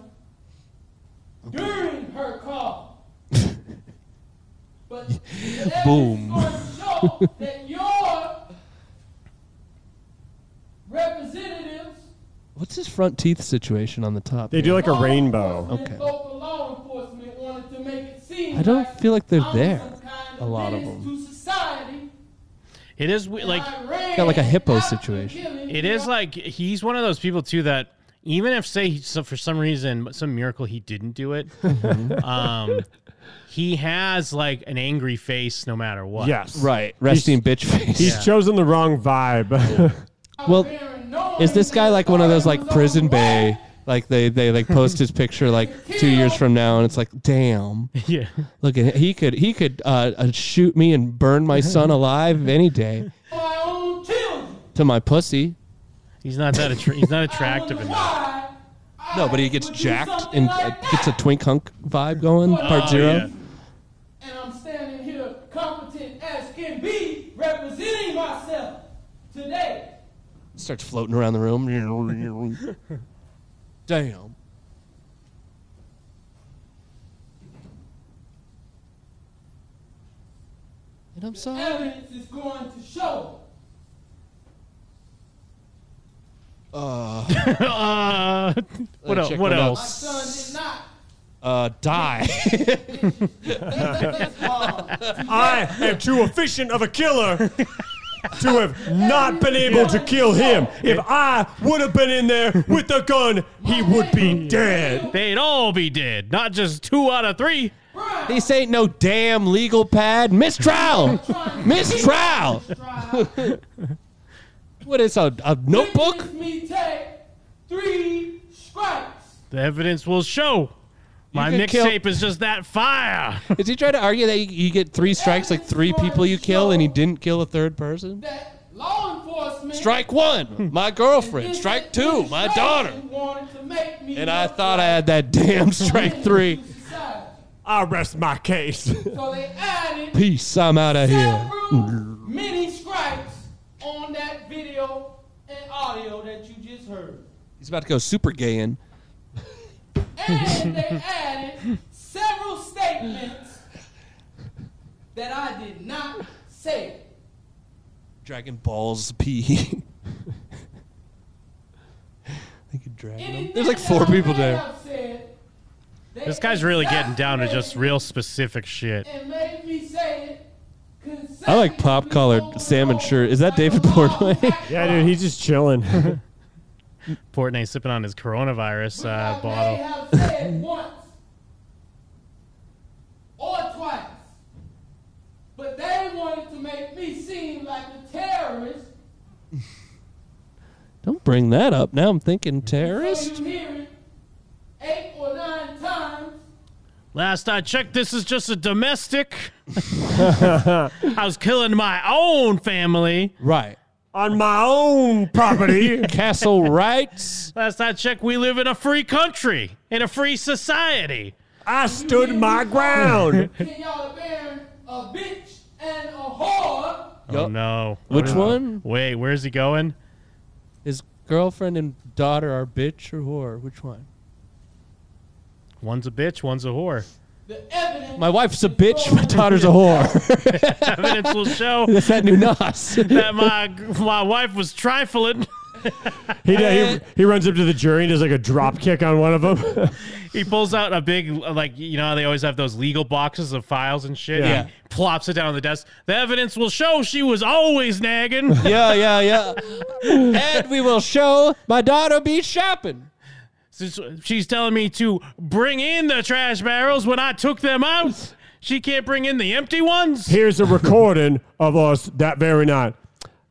S19: during her call. but the
S4: Boom.
S19: evidence is going to show that your representatives
S4: What's his front teeth situation on the top?
S16: They do like a rainbow.
S4: Okay.
S19: and local law enforcement wanted to make it seem
S4: I don't
S19: like
S4: feel like they're
S19: I'm
S4: there.
S19: some kind
S4: A lot of
S19: menace
S4: them.
S19: To society,
S15: It is we- like
S4: Got like a hippo situation.
S15: It is like he's one of those people too that even if say he, so for some reason some miracle he didn't do it,
S16: Mm-hmm.
S15: um, he has like an angry face no matter what.
S16: Yes.
S4: Right. Resting bitch face.
S16: He's
S15: Yeah.
S16: chosen the wrong vibe.
S4: Well, is this guy like one of those like prison bay? Like they they like post his picture like two years from now, and it's like, damn.
S15: Yeah.
S4: Look at he could he could uh, uh, shoot me and burn my son alive any day
S19: my own children.
S4: to my pussy.
S15: He's not that attra- he's not attractive enough.
S4: No, but he gets jacked and uh, gets a twink hunk vibe going. Part
S15: Oh,
S4: zero.
S15: yeah.
S19: And I'm standing here competent as can be, representing myself today.
S4: starts floating around the room. Damn. And I'm sorry.
S19: Evidence is going to show.
S4: Uh,
S15: uh, what el-
S4: check
S15: what
S19: My
S15: else?
S19: son did not.
S4: Uh, die.
S16: I am too efficient of a killer to have not been able to kill him. If I would have been in there with the gun, he would be dead.
S15: They'd all be dead, not just two out of three.
S4: this ain't no damn legal pad. Mistrial. Mistrial. what is a, a notebook?
S19: Witness me take three strikes.
S15: The evidence will show. My
S4: could kill-
S15: mixtape is just that fire.
S4: Is he trying to argue that you, you get three strikes, like three people you kill, and he didn't kill a third person?
S19: Law enforcement.
S4: Strike one, my girlfriend. Strike two, my daughter.
S19: Wanted to make me
S4: And I thought I had that damn strike three.
S19: society.
S16: I rest my case.
S19: So they added
S4: Peace, I'm out of here.
S19: many strikes on that video and audio that you just heard.
S4: He's about to go super gay in.
S19: And they added several statements that I did not say.
S4: Dragon Balls P. they could drag him. There's like four people there.
S19: I've said
S15: This guy's really getting down to just real specific shit.
S19: and made me say it.
S4: I like pop collared salmon shirt. Is that David Portnoy?
S16: Yeah, dude, he's just chilling.
S15: Portney sipping on his coronavirus uh,
S19: They
S15: bottle.
S19: have said once or twice, but they wanted to make me seem like a terrorist.
S4: Don't bring that up. Now I'm thinking
S19: So
S4: terrorist.
S19: you hear it eight or nine times.
S15: Last I checked, this is just a domestic. I was killing my own family.
S4: Right.
S16: On my own property.
S4: Castle rights.
S15: Last I checked, we live in a free country, in a free society.
S16: I stood my ground.
S19: Can y'all bear a bitch and a whore?
S15: Oh no.
S4: Which
S15: Oh, no.
S4: one?
S15: Wait, where's he going?
S4: His girlfriend and daughter are bitch or whore. Which one?
S15: One's a bitch, one's a whore.
S4: My wife's a bitch. My daughter's a whore.
S15: Evidence will show
S4: That's that new Nas.
S15: that my my wife was trifling.
S16: He, he he runs up to the jury and does like a drop kick on one of them.
S15: He pulls out a big like you know how they always have those legal boxes of files and shit.
S16: Yeah.
S15: He plops it down on the desk. The evidence will show she was always nagging.
S4: yeah, yeah, yeah. And we will show my daughter be shopping.
S15: Since she's telling me to bring in the trash barrels when I took them out. She can't bring in the empty ones.
S16: Here's a recording of us that very night.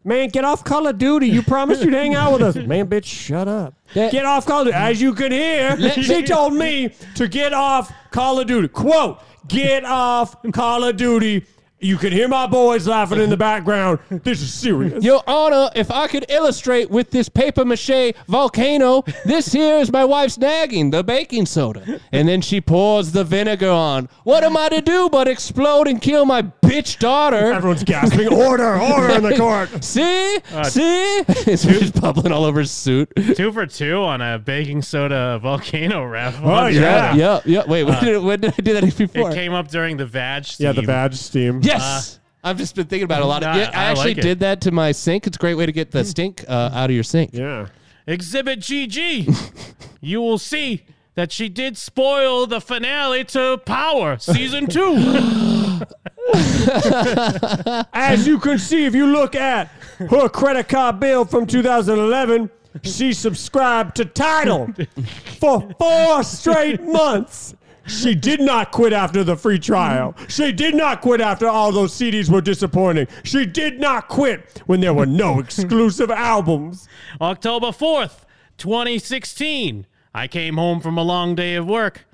S16: Man, get off Call of Duty. You promised you'd hang out with us. Man, bitch, shut up. get off Call of Duty. As you can hear,
S4: Let-
S16: she told me to get off Call of Duty. Quote, get off Call of Duty. You can hear my boys laughing in the background. This is serious.
S4: Your Honor, if I could illustrate with this paper mache volcano, this here is my wife's nagging, the baking soda. And then she pours the vinegar on. What am I to do but explode and kill my bitch daughter?
S16: Everyone's gasping, order, order in the court.
S4: See?
S15: Uh,
S4: See? It's just bubbling all over his suit.
S15: two for two on a baking soda volcano raffle.
S16: Oh, yeah.
S4: Yeah, yeah. Wait, when,
S15: Uh,
S4: did, when did I do that before?
S15: It came up during the vag steam. Uh,
S16: Yeah, the badge steam.
S4: Yes. I've just been thinking about it a lot. Of,
S15: Nah,
S4: yeah, I,
S15: I
S4: actually
S15: like it. Hmm.
S4: did that to my sink. It's a great way to get the stink uh, out of your sink.
S16: Yeah.
S15: Exhibit GG. you will see that she did spoil the finale to Power season two.
S16: As you can see, if you look at her credit card bill from 2011, she subscribed to Title for four straight months. She did not quit after the free trial. She did not quit after all those CDs were disappointing. She did not quit when there were no exclusive albums.
S15: October 4th, 2016. I came home from a long day of work.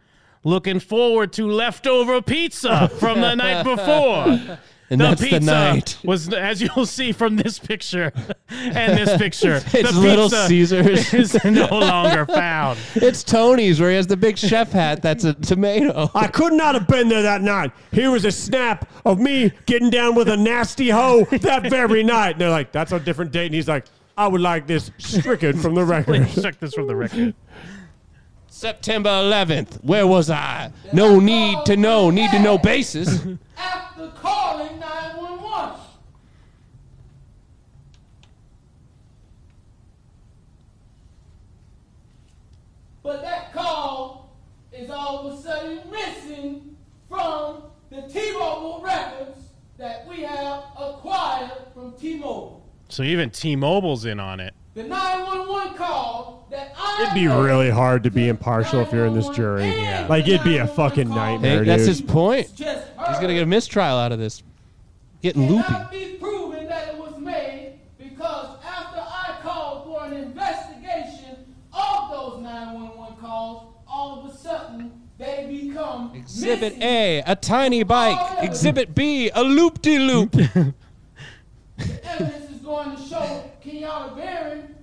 S15: Looking forward to leftover pizza from the night before.
S4: And
S15: the
S4: that's the
S15: pizza
S4: night.
S15: was, as you'll see from this picture and this picture,
S4: It's
S15: the
S4: Little
S15: pizza
S4: Caesars.
S15: is no longer found.
S4: It's Tony's where he has the big chef hat that's a tomato.
S16: I could not have been there that night. Here was a snap of me getting down with a nasty hoe that very night. And they're like, that's a different date. And he's like, I would like this stricken from the record.
S15: Please check this from the record.
S4: September 11th. Where was I? No need to know. Need to know basis.
S19: After calling 911. But that call is all of a sudden missing from the T-Mobile records that we have acquired from T-Mobile.
S15: So even T-Mobile's in on it.
S19: The 911 call that I
S16: It'd be really hard to be impartial if you're in this jury. Like, it'd be a fucking nightmare.
S4: Hey, that's
S16: dude.
S4: his point. He's
S19: just
S4: going to get a mistrial out of this. Getting loopy.
S19: cannot be proven that it was made because after I called for an investigation of those 911 calls, all of a sudden they become
S4: Exhibit A, a tiny bike. Exhibit B, a loop de loop.
S19: evidence is going to show Kenyatta Barron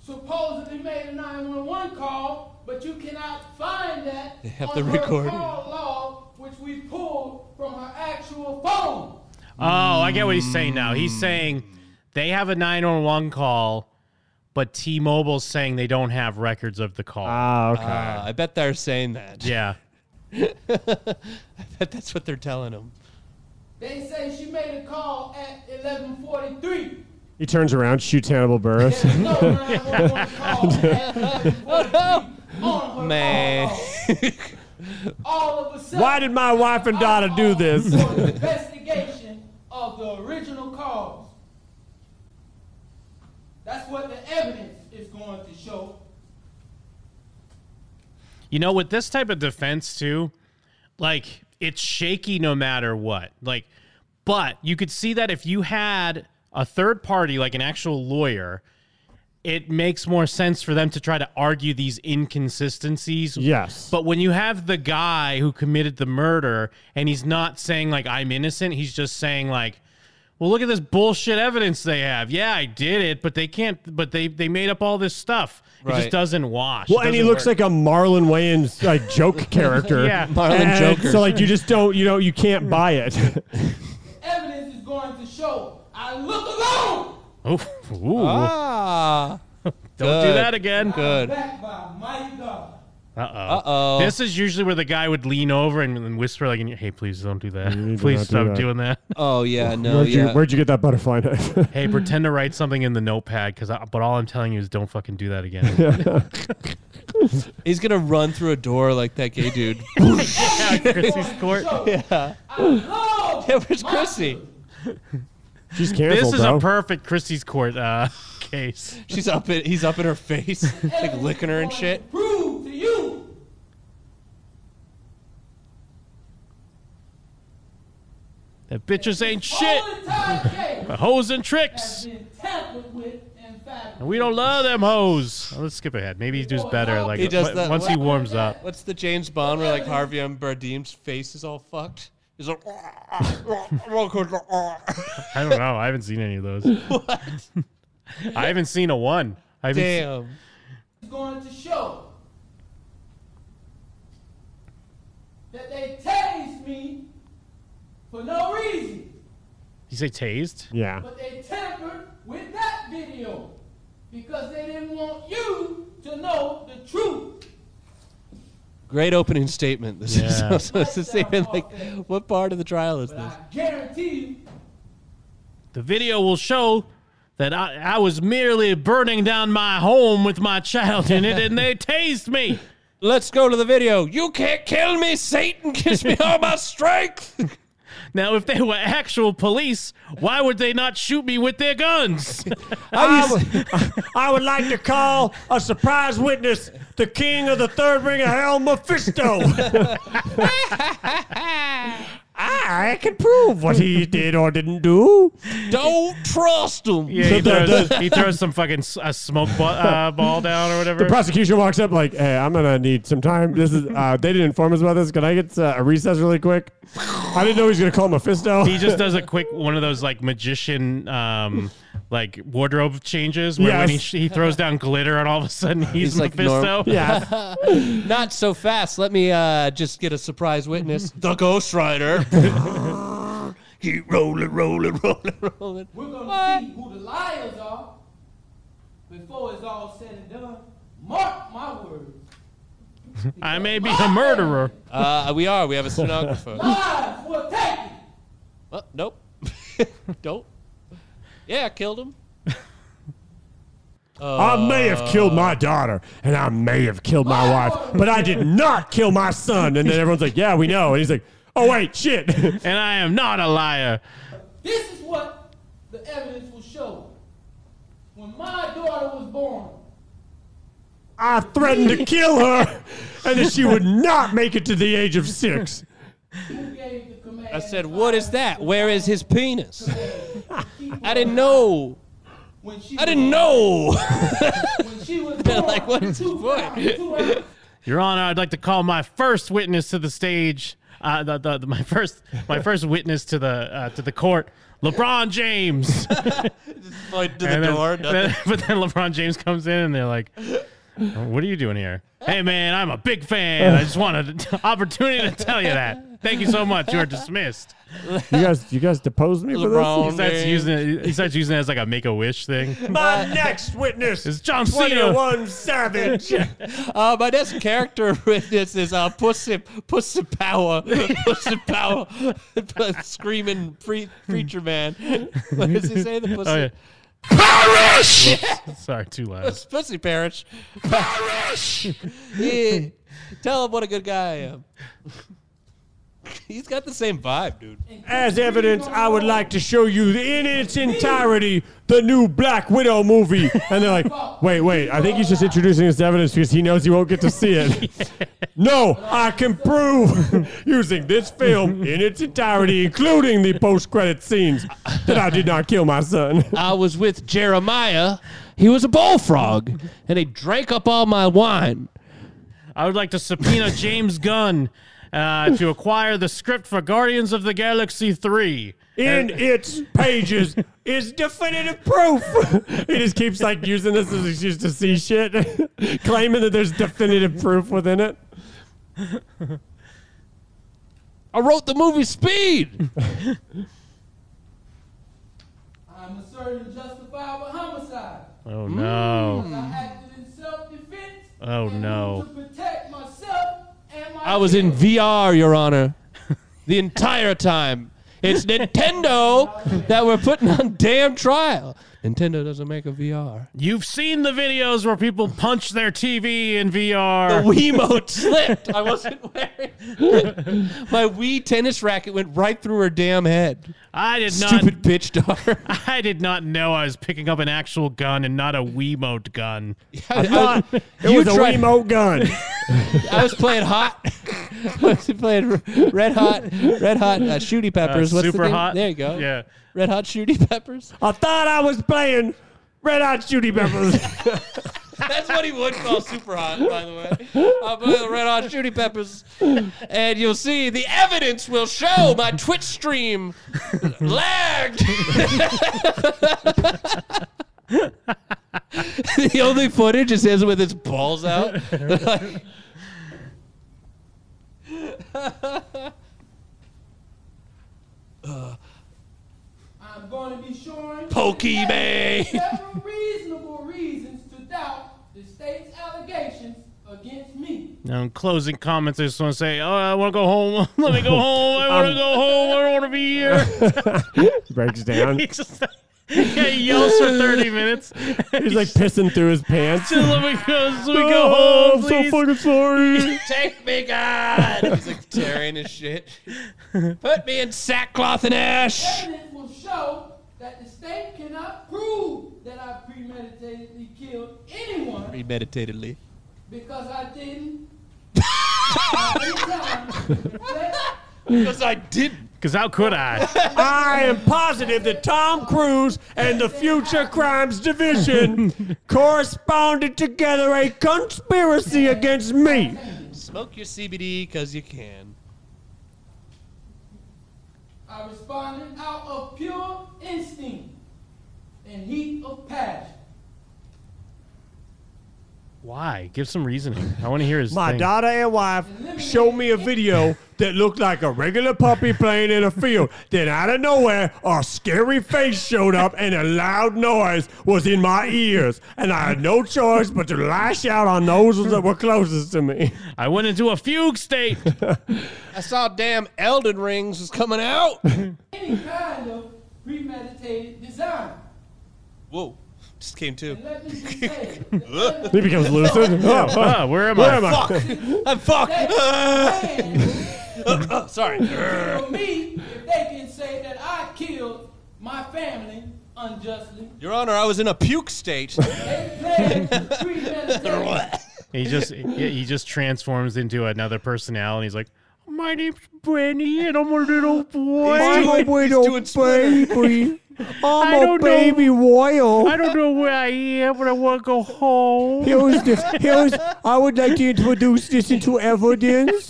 S19: supposedly made a 911 call, but you cannot find that
S4: They have
S19: on
S4: the
S19: her
S4: recording.
S19: call log, which we pulled from her actual phone.
S15: Oh, I get what he's saying now. He's saying they have a 911 call, but T-Mobile's saying they don't have records of the call.
S16: Ah, okay.
S4: Ah, I bet they're saying that.
S15: yeah.
S4: I bet that's what they're telling him.
S19: They say she made a call at 11:43.
S16: he turns around, shoots Hannibal Burris.
S19: No 911 call at 11:43 on her
S4: Man.
S19: all of a sudden.
S16: Why did my wife and daughter do this?
S19: For an investigation of the original cause. That's what the evidence is going to show.
S15: You know, with this type of defense too, like it's shaky no matter what. Like, but you could see that if you had a third party, like an actual lawyer, it makes more sense for them to try to argue these inconsistencies.
S16: Yes.
S15: But when you have the guy who committed the murder and he's not saying like I'm innocent, he's just saying like well, look at this bullshit evidence they have. Yeah, I did it, but they can't. But they they made up all this stuff. It
S4: Right.
S15: just doesn't wash.
S16: Well,
S15: It
S16: and he
S15: doesn't
S16: looks
S15: work.
S16: like a Marlon Wayans like joke character.
S15: Yeah.
S4: Marlon
S16: And
S4: Joker.
S16: So like you just don't you know you can't buy it.
S19: Evidence is going to show. I look alone.
S15: Oh, ooh.
S4: Ah.
S15: Don't do that again.
S4: Good.
S19: Back by mighty God.
S15: Uh oh.
S4: Uh-oh.
S15: This is usually where the guy would lean over and, and whisper like, in your- "Hey, please don't do that.
S16: need to
S15: please
S16: not do
S15: stop
S16: that."
S15: doing that."
S4: Oh yeah, no,
S16: where'd, you,
S4: yeah.
S16: where'd you get that butterfly knife?
S15: hey, pretend to write something in the notepad, because but all I'm telling you is don't fucking do that again.
S4: He's gonna run through a door like that gay dude.
S15: yeah, Chrissy's court.
S4: Yeah. Yeah, where's Chrissy?
S16: She's
S15: This
S16: canceled,
S15: is
S16: bro.
S15: a perfect Chrissy's court uh, case.
S4: She's up in he's up in her face, like licking her and shit.
S19: Prove to you
S15: That bitches ain't shit.
S19: all the time case
S15: The hoes and
S19: has
S15: tricks.
S19: been tampered with and fabricated.
S15: And we don't love them hoes. Oh, let's skip ahead. Maybe he does better. Like
S4: He does
S15: w-
S4: that-
S15: once he warms up.
S4: What's the James Bond where like Harvey and Bardem's face is all fucked? He's like
S15: I don't know. I haven't seen any of those.
S4: What?
S15: I haven't seen a one. I haven't se-
S4: Damn.
S19: is going to show that they tased me for no reason,
S15: you say tased?
S16: Yeah.
S19: but they tampered with that video because they didn't want you to know the truth.
S4: Great opening statement. This
S15: Yeah.
S4: is so, so, like what part of the trial is this?
S19: I guarantee you,
S15: The video will show that I, I was merely burning down my home with my child in it, and they tased me.
S4: Let's go to the video. You can't kill me, Satan. Gives me all my strength.
S15: Now, if they were actual police, why would they not shoot me with their guns?
S16: I would, I would like to call a surprise witness the king of the third ring of hell, Mephisto. I can prove what he did or didn't do.
S4: Don't trust him.
S15: yeah, he
S16: The-
S15: throws,
S16: the-
S15: he throws some fucking s- a smoke bu- uh, ball down or
S16: The
S15: whatever.
S16: prosecution walks up like, "Hey, I'm gonna need some time. This is uh, they didn't inform us about this. Can I get uh, a recess really quick? I didn't know he was gonna call Mephisto.
S15: he just does a quick one of those like magician um like wardrobe changes where when he,
S16: Yes.
S15: sh- he throws down glitter and all of a sudden he's,
S4: like
S15: Mephisto.
S4: norm- Not so fast. Let me uh, just get a surprise witness. the Ghost Rider. Keep rolling, rolling, rolling, rolling.
S19: we're going to see who the liars are before it's all said and done. Mark my words.
S15: I may be a murderer.
S4: Uh, we are. We have a stenographer.
S19: Lies were taken.
S4: oh, nope. Don't. Yeah, I killed him.
S15: uh,
S16: I may have killed my daughter and I may have killed my wife, but I did not kill my son. And then everyone's like, "Yeah, we know." And he's like, "Oh wait, shit."
S15: and I am not a liar.
S19: This is what the evidence will show. When my daughter was born,
S16: I threatened to kill her, and that she would not make it to the age of six.
S19: who gave the command?
S4: I said, "What is that? Where is his penis?" I didn't know.
S19: When she
S4: I didn't know.
S19: When she was
S4: They're
S19: born,
S4: like, what is his point?
S15: Your Honor, I'd like to call my first witness to the stage. Uh, the, the, the- my first, my first witness to the uh, to the court, LeBron James.
S4: Like to
S15: And
S4: the
S15: then-
S4: door.
S15: then-
S4: nothing.
S15: but then LeBron James comes in and they're like, "What are you doing here?" Hey man, I'm a big fan. I just wanted an opportunity to tell you that. Thank you so much. You're dismissed.
S16: You guys, you guys deposed me
S15: He
S4: LeBron.
S15: starts using it. He starts using it as like a make a wish thing.
S16: My next witness
S15: It's John Cena.
S16: Savage.
S4: Uh, my next character witness is uh, Pussy Pussy Power, Pussy Power, screaming pre- preacher man. What does he say? The pussy,
S15: Oh, yeah.
S4: Parish!
S15: Sorry, too loud.
S4: Puss- pussy Parish, Parish. yeah. Tell him what a good guy I am. He's got the same vibe, dude.
S16: As evidence, I would like to show you in its entirety the new Black Widow movie. And they're like, wait, wait, I think he's just introducing this evidence because he knows he won't get to see it. No, I can prove using this film in its entirety, including the post credit scenes, that I did not kill my son.
S4: I was with Jeremiah. He was a bullfrog, and he drank up all my wine.
S15: I would like to subpoena James Gunn uh, to acquire the script for Guardians of the Galaxy Three.
S16: In its pages is definitive proof. he just keeps like using this as an excuse to see shit, claiming that there's definitive proof within it.
S4: I wrote the movie Speed.
S19: I'm asserting justifiable homicide.
S4: Mm.
S15: Oh no!
S19: I acted in self-defense.
S15: Oh,
S19: and
S15: no.
S19: To protect my
S4: I was in VR, Your Honor, the entire time. It's Nintendo that we're putting on damn trial. Nintendo doesn't make a VR.
S15: You've seen the videos where people punch their TV in VR.
S4: The Wiimote slipped. I wasn't wearing it. My Wii tennis racket went right through her damn head.
S15: I did not.
S4: Stupid bitch daughter.
S15: I did not know I was picking up an actual gun and not a Wiimote gun.
S4: I
S16: thought it was a Wiimote gun.
S4: I was playing hot. I was playing red hot, red hot uh, shooty peppers.
S15: Uh,
S4: What's
S15: super
S4: the name?
S15: hot.
S4: There you go.
S15: Yeah.
S4: Red hot shooty peppers.
S16: I thought I was playing Red Hot Shooty Peppers.
S4: That's what he would call super hot, by the way. I'll play the red hot shooty peppers. And you'll see the evidence will show my Twitch stream lagged. the only footage is his with his balls out. Like-
S19: I'm going to be showing
S4: Pokey Bay.
S19: several reasonable reasons to doubt the state's allegations against me.
S15: Now, in closing comments, I just want to say, oh, I want to go home.
S4: Oh,
S15: Let me go home. I want to go home. I don't want to be here.
S16: Breaks down.
S15: he just yeah, he yells for 30 minutes.
S16: He's like pissing through his pants.
S15: Just let me go, let me go
S16: Oh,
S15: home,
S16: I'm
S15: please.
S16: so fucking sorry.
S4: Take me, God. He's like tearing his shit. Put me in sackcloth and ash.
S19: Evidence will show that the state cannot prove that I premeditatedly killed anyone
S4: Premeditatedly.
S19: because I didn't. I
S4: Because I didn't.
S15: Because how could I?
S16: I am positive that Tom Cruise and the Future Crimes Division corresponded together a conspiracy against me.
S4: Smoke your CBD because you can.
S19: responded out of pure instinct and heat of passion.
S15: Why? Give some reasoning. I want to hear his.
S16: My
S15: thing.
S16: daughter and wife showed me a video that looked like a regular puppy playing in a field. Then out of nowhere, a scary face showed up and a loud noise was in my ears. And I had no choice but to lash out on those that were closest to me.
S15: I went into a fugue state.
S4: I saw damn Elden Rings was coming out.
S19: Any kind of premeditated design.
S4: Whoa. Just came to.
S19: Let me be said.
S16: He becomes lucid. Oh,
S15: Ah, where am I?
S4: Fuck. I'm fuck. Uh, sorry.
S19: For me, if they can say that I killed my family unjustly,
S4: Your Honor, I was in a puke state.
S19: they pled premeditated.
S15: He just yeah, he just transforms into another personality. He's like, my name's Brandy, and I'm a little boy.
S16: I'm a little baby.
S15: I
S16: I'm a
S15: don't know.
S16: baby royal.
S15: I don't know where I am, but I want to go home.
S16: Here's the, here's, I would like to introduce this into evidence.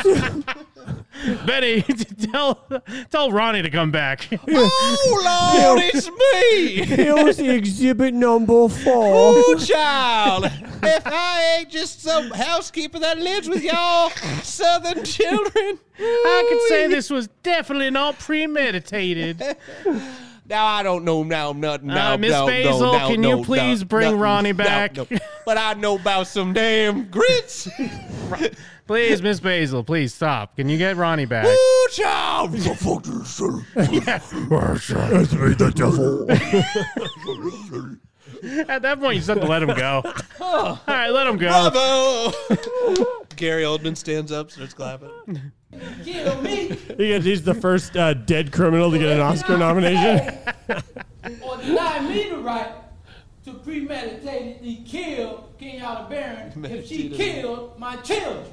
S15: Betty, tell tell Ronnie to come back.
S4: oh, Lord, it's me.
S16: Here's exhibit number four.
S4: Ooh, child. If I ain't just some housekeeper that lives with y'all southern children.
S15: I could say this was definitely not premeditated.
S4: Now I don't know now nothing. Now,
S15: Uh, Miss
S4: now,
S15: Basil,
S4: no, now,
S15: can
S4: no,
S15: you
S4: no,
S15: please bring
S4: nothing,
S15: Ronnie
S4: no,
S15: back?
S4: no. But I know about some damn grits.
S15: Please, Miss Basil, please stop. Can you get Ronnie back?
S4: Ooh, child.
S16: It's me, the devil.
S15: At that point, you just have to let him go. All right, let him go.
S4: Bravo. Gary Oldman stands up, starts clapping.
S19: Kill me
S16: He gets, he's the first uh, dead criminal to get an Oscar nomination.
S19: or deny me the right to premeditatedly kill Kenyatta Barron if she
S4: Premeditated.
S19: killed my children.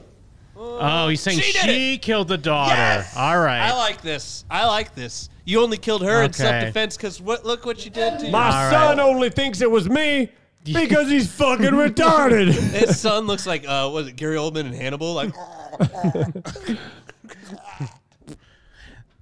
S15: Oh, he's saying
S4: She
S15: she,
S4: did
S15: killed the daughter.
S4: Yes!
S15: All
S4: I
S15: right.
S4: like this. I like this. You only killed her in
S15: Okay.
S4: self-defense because what? Look what you did to
S16: My
S4: your-
S15: right.
S16: son only thinks it was me because he's fucking retarded.
S4: His son looks like uh, was it Gary Oldman and Hannibal? Like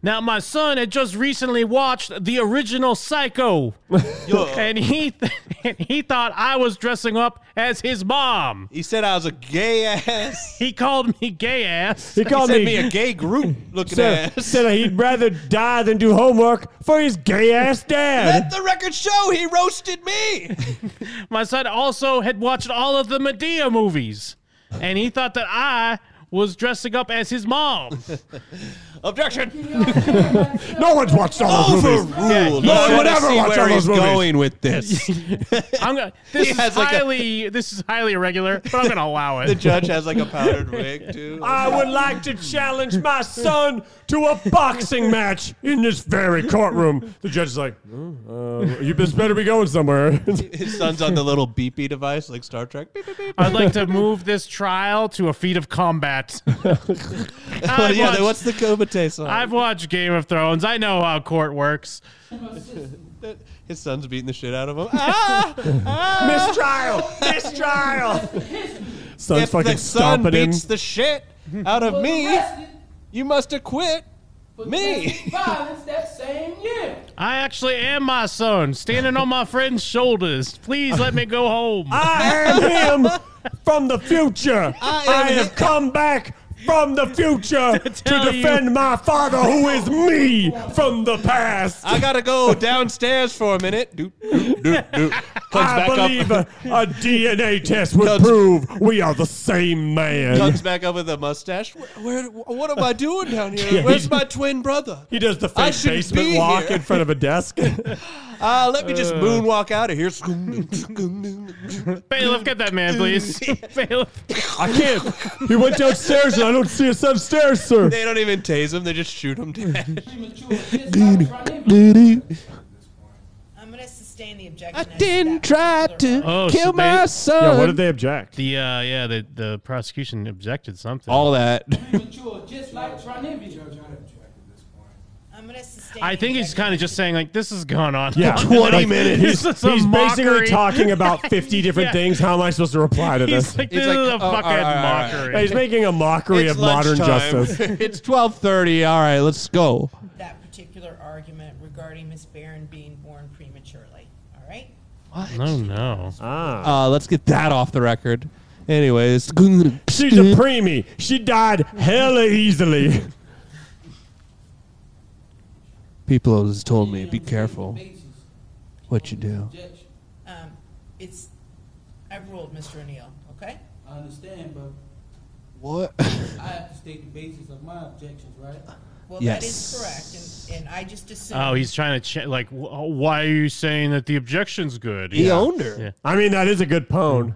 S15: Now, my son had just recently watched the original Psycho, and he th- and he thought I was dressing up as his mom.
S4: he said, I was a gay ass.
S15: He called me gay ass.
S16: He called
S4: Sent
S16: me,
S4: me a gay group looking
S16: said,
S4: ass.
S16: said he'd rather die than do homework for his gay ass
S4: Let
S16: dad.
S4: the record show he roasted me.
S15: My son also had watched all of the Medea movies, and he thought that I was dressing up as his mom.
S4: Objection.
S16: no one's watched all those movies.
S15: Yeah,
S16: no
S15: you
S16: one
S15: gotta
S16: would ever
S15: see
S16: watch
S15: where
S16: all those
S15: he's
S16: movies.
S15: going
S4: with this.
S15: I'm gonna.
S4: He
S15: This
S4: has
S15: is
S4: like a-
S15: highly. this is highly irregular, but I'm gonna allow it.
S4: The judge has like a powdered wig too.
S16: I would like to challenge my son to a boxing match in this very courtroom. The judge is like, "Mm, uh, you just better be going somewhere.
S4: His son's on the little beepy device like Star Trek. Beep, beep, beep.
S15: I'd like to move this trial to a feat of combat.
S4: Well,
S15: I've
S4: yeah,
S15: watched-
S4: what's the Kobate song?
S15: I've watched Game of Thrones. I know how court works.
S4: His son's beating the shit out of him. Ah!
S16: Mistrial! Mistrial! Son's
S4: if
S16: fucking
S4: the son
S16: stomping him.
S4: beats the shit out of me, you must acquit me.
S19: Violence that same year.
S15: I actually am my son, standing on my friend's shoulders. Please let me go home.
S16: I am him from the future. I, have come back from the future to,
S15: tell you-
S16: defend my father, who is me from the past.
S4: I gotta go downstairs for a minute. Doot, doot, doot, doot. Comes
S16: I
S4: back up.
S16: believe a, a DNA test would prove we are the same man.
S4: Comes back up with a mustache. Where, where, what am I doing down here?
S16: Yeah,
S4: Where's
S16: he-
S4: my twin brother?
S16: He does the
S4: I
S16: fake
S4: shouldn't
S16: basement
S4: be
S16: walk
S4: here.
S16: in front of a desk.
S4: Uh, let me just
S16: Uh.
S4: moonwalk out of here.
S15: Bailiff, get that man, please. Bailiff.
S16: I can't. He went downstairs and I don't see us upstairs, sir.
S4: They don't even tase him. They just shoot him dead.
S2: I'm gonna sustain the objection.
S4: I didn't try to
S15: Oh,
S4: kill
S15: so they-
S4: my son.
S16: Yeah, what did they object?
S15: The uh, yeah, the the prosecution objected something.
S4: All that.
S19: Mature, just like Trinivia.
S2: I'm gonna sustain.
S15: I think he's kind of just saying like this has gone on.
S16: Yeah,
S15: long enough.
S16: He's,
S15: This is a
S16: he's basically
S15: mockery.
S16: talking about fifty different
S15: Yeah.
S16: things. How am I supposed to reply to
S15: He's
S16: this?
S15: like, this is
S4: Oh,
S15: a
S4: all
S15: fucking
S4: right, all right, all
S15: mockery.
S16: Yeah, he's making a mockery of modern
S4: lunchtime.
S16: justice.
S4: it's twelve thirty. All right, let's go.
S2: That particular argument regarding Miss Barron being born prematurely. All right.
S15: No, no.
S4: Uh, let's get that off the record. Anyways,
S16: She's a preemie. She died hella easily.
S4: people has told me be careful what you do.
S2: Um, it's. I've ruled, Mr. O'Neill. Okay.
S19: I understand, but
S4: What?
S19: I have to state the basis of my objections, right?
S2: Well, that is correct, and, and I just assume.
S15: Oh, he's trying to ch- like, wh- why are you saying that the objection's good?
S16: He
S4: owned her.
S16: I mean, that is a good pone.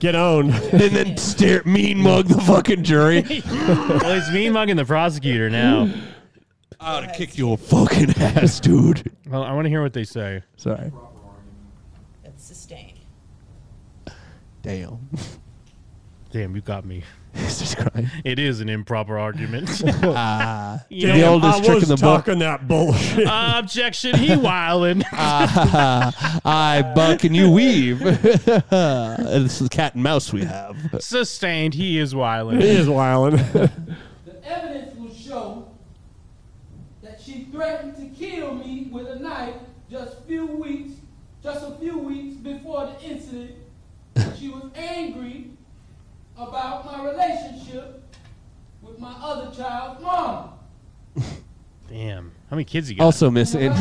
S16: Get owned.
S4: and then stare mean mug the fucking jury.
S15: well, he's mean mugging the prosecutor now.
S4: I ought to kick your fucking ass, dude.
S15: Well, I want to hear what they say.
S4: Sorry.
S2: That's sustained.
S4: Damn.
S15: Damn, you got me.
S4: Jesus Christ.
S15: It is an improper argument.
S4: Ah.
S15: You
S4: The
S15: know-
S4: oldest
S16: I
S4: trick
S16: was
S4: in the book.
S16: talking that bullshit.
S15: Uh, Objection. He wildin'.
S4: Ah, I buck and you weave. this is cat and mouse we have.
S15: Sustained. He is
S16: he
S15: wildin'.
S16: is wildin'.
S19: The evidence will show that she threatened to kill me with a knife just few weeks, just a few weeks before the incident. she was angry about my relationship with my other child's mom.
S15: Damn. How many kids you got?
S4: Also missing.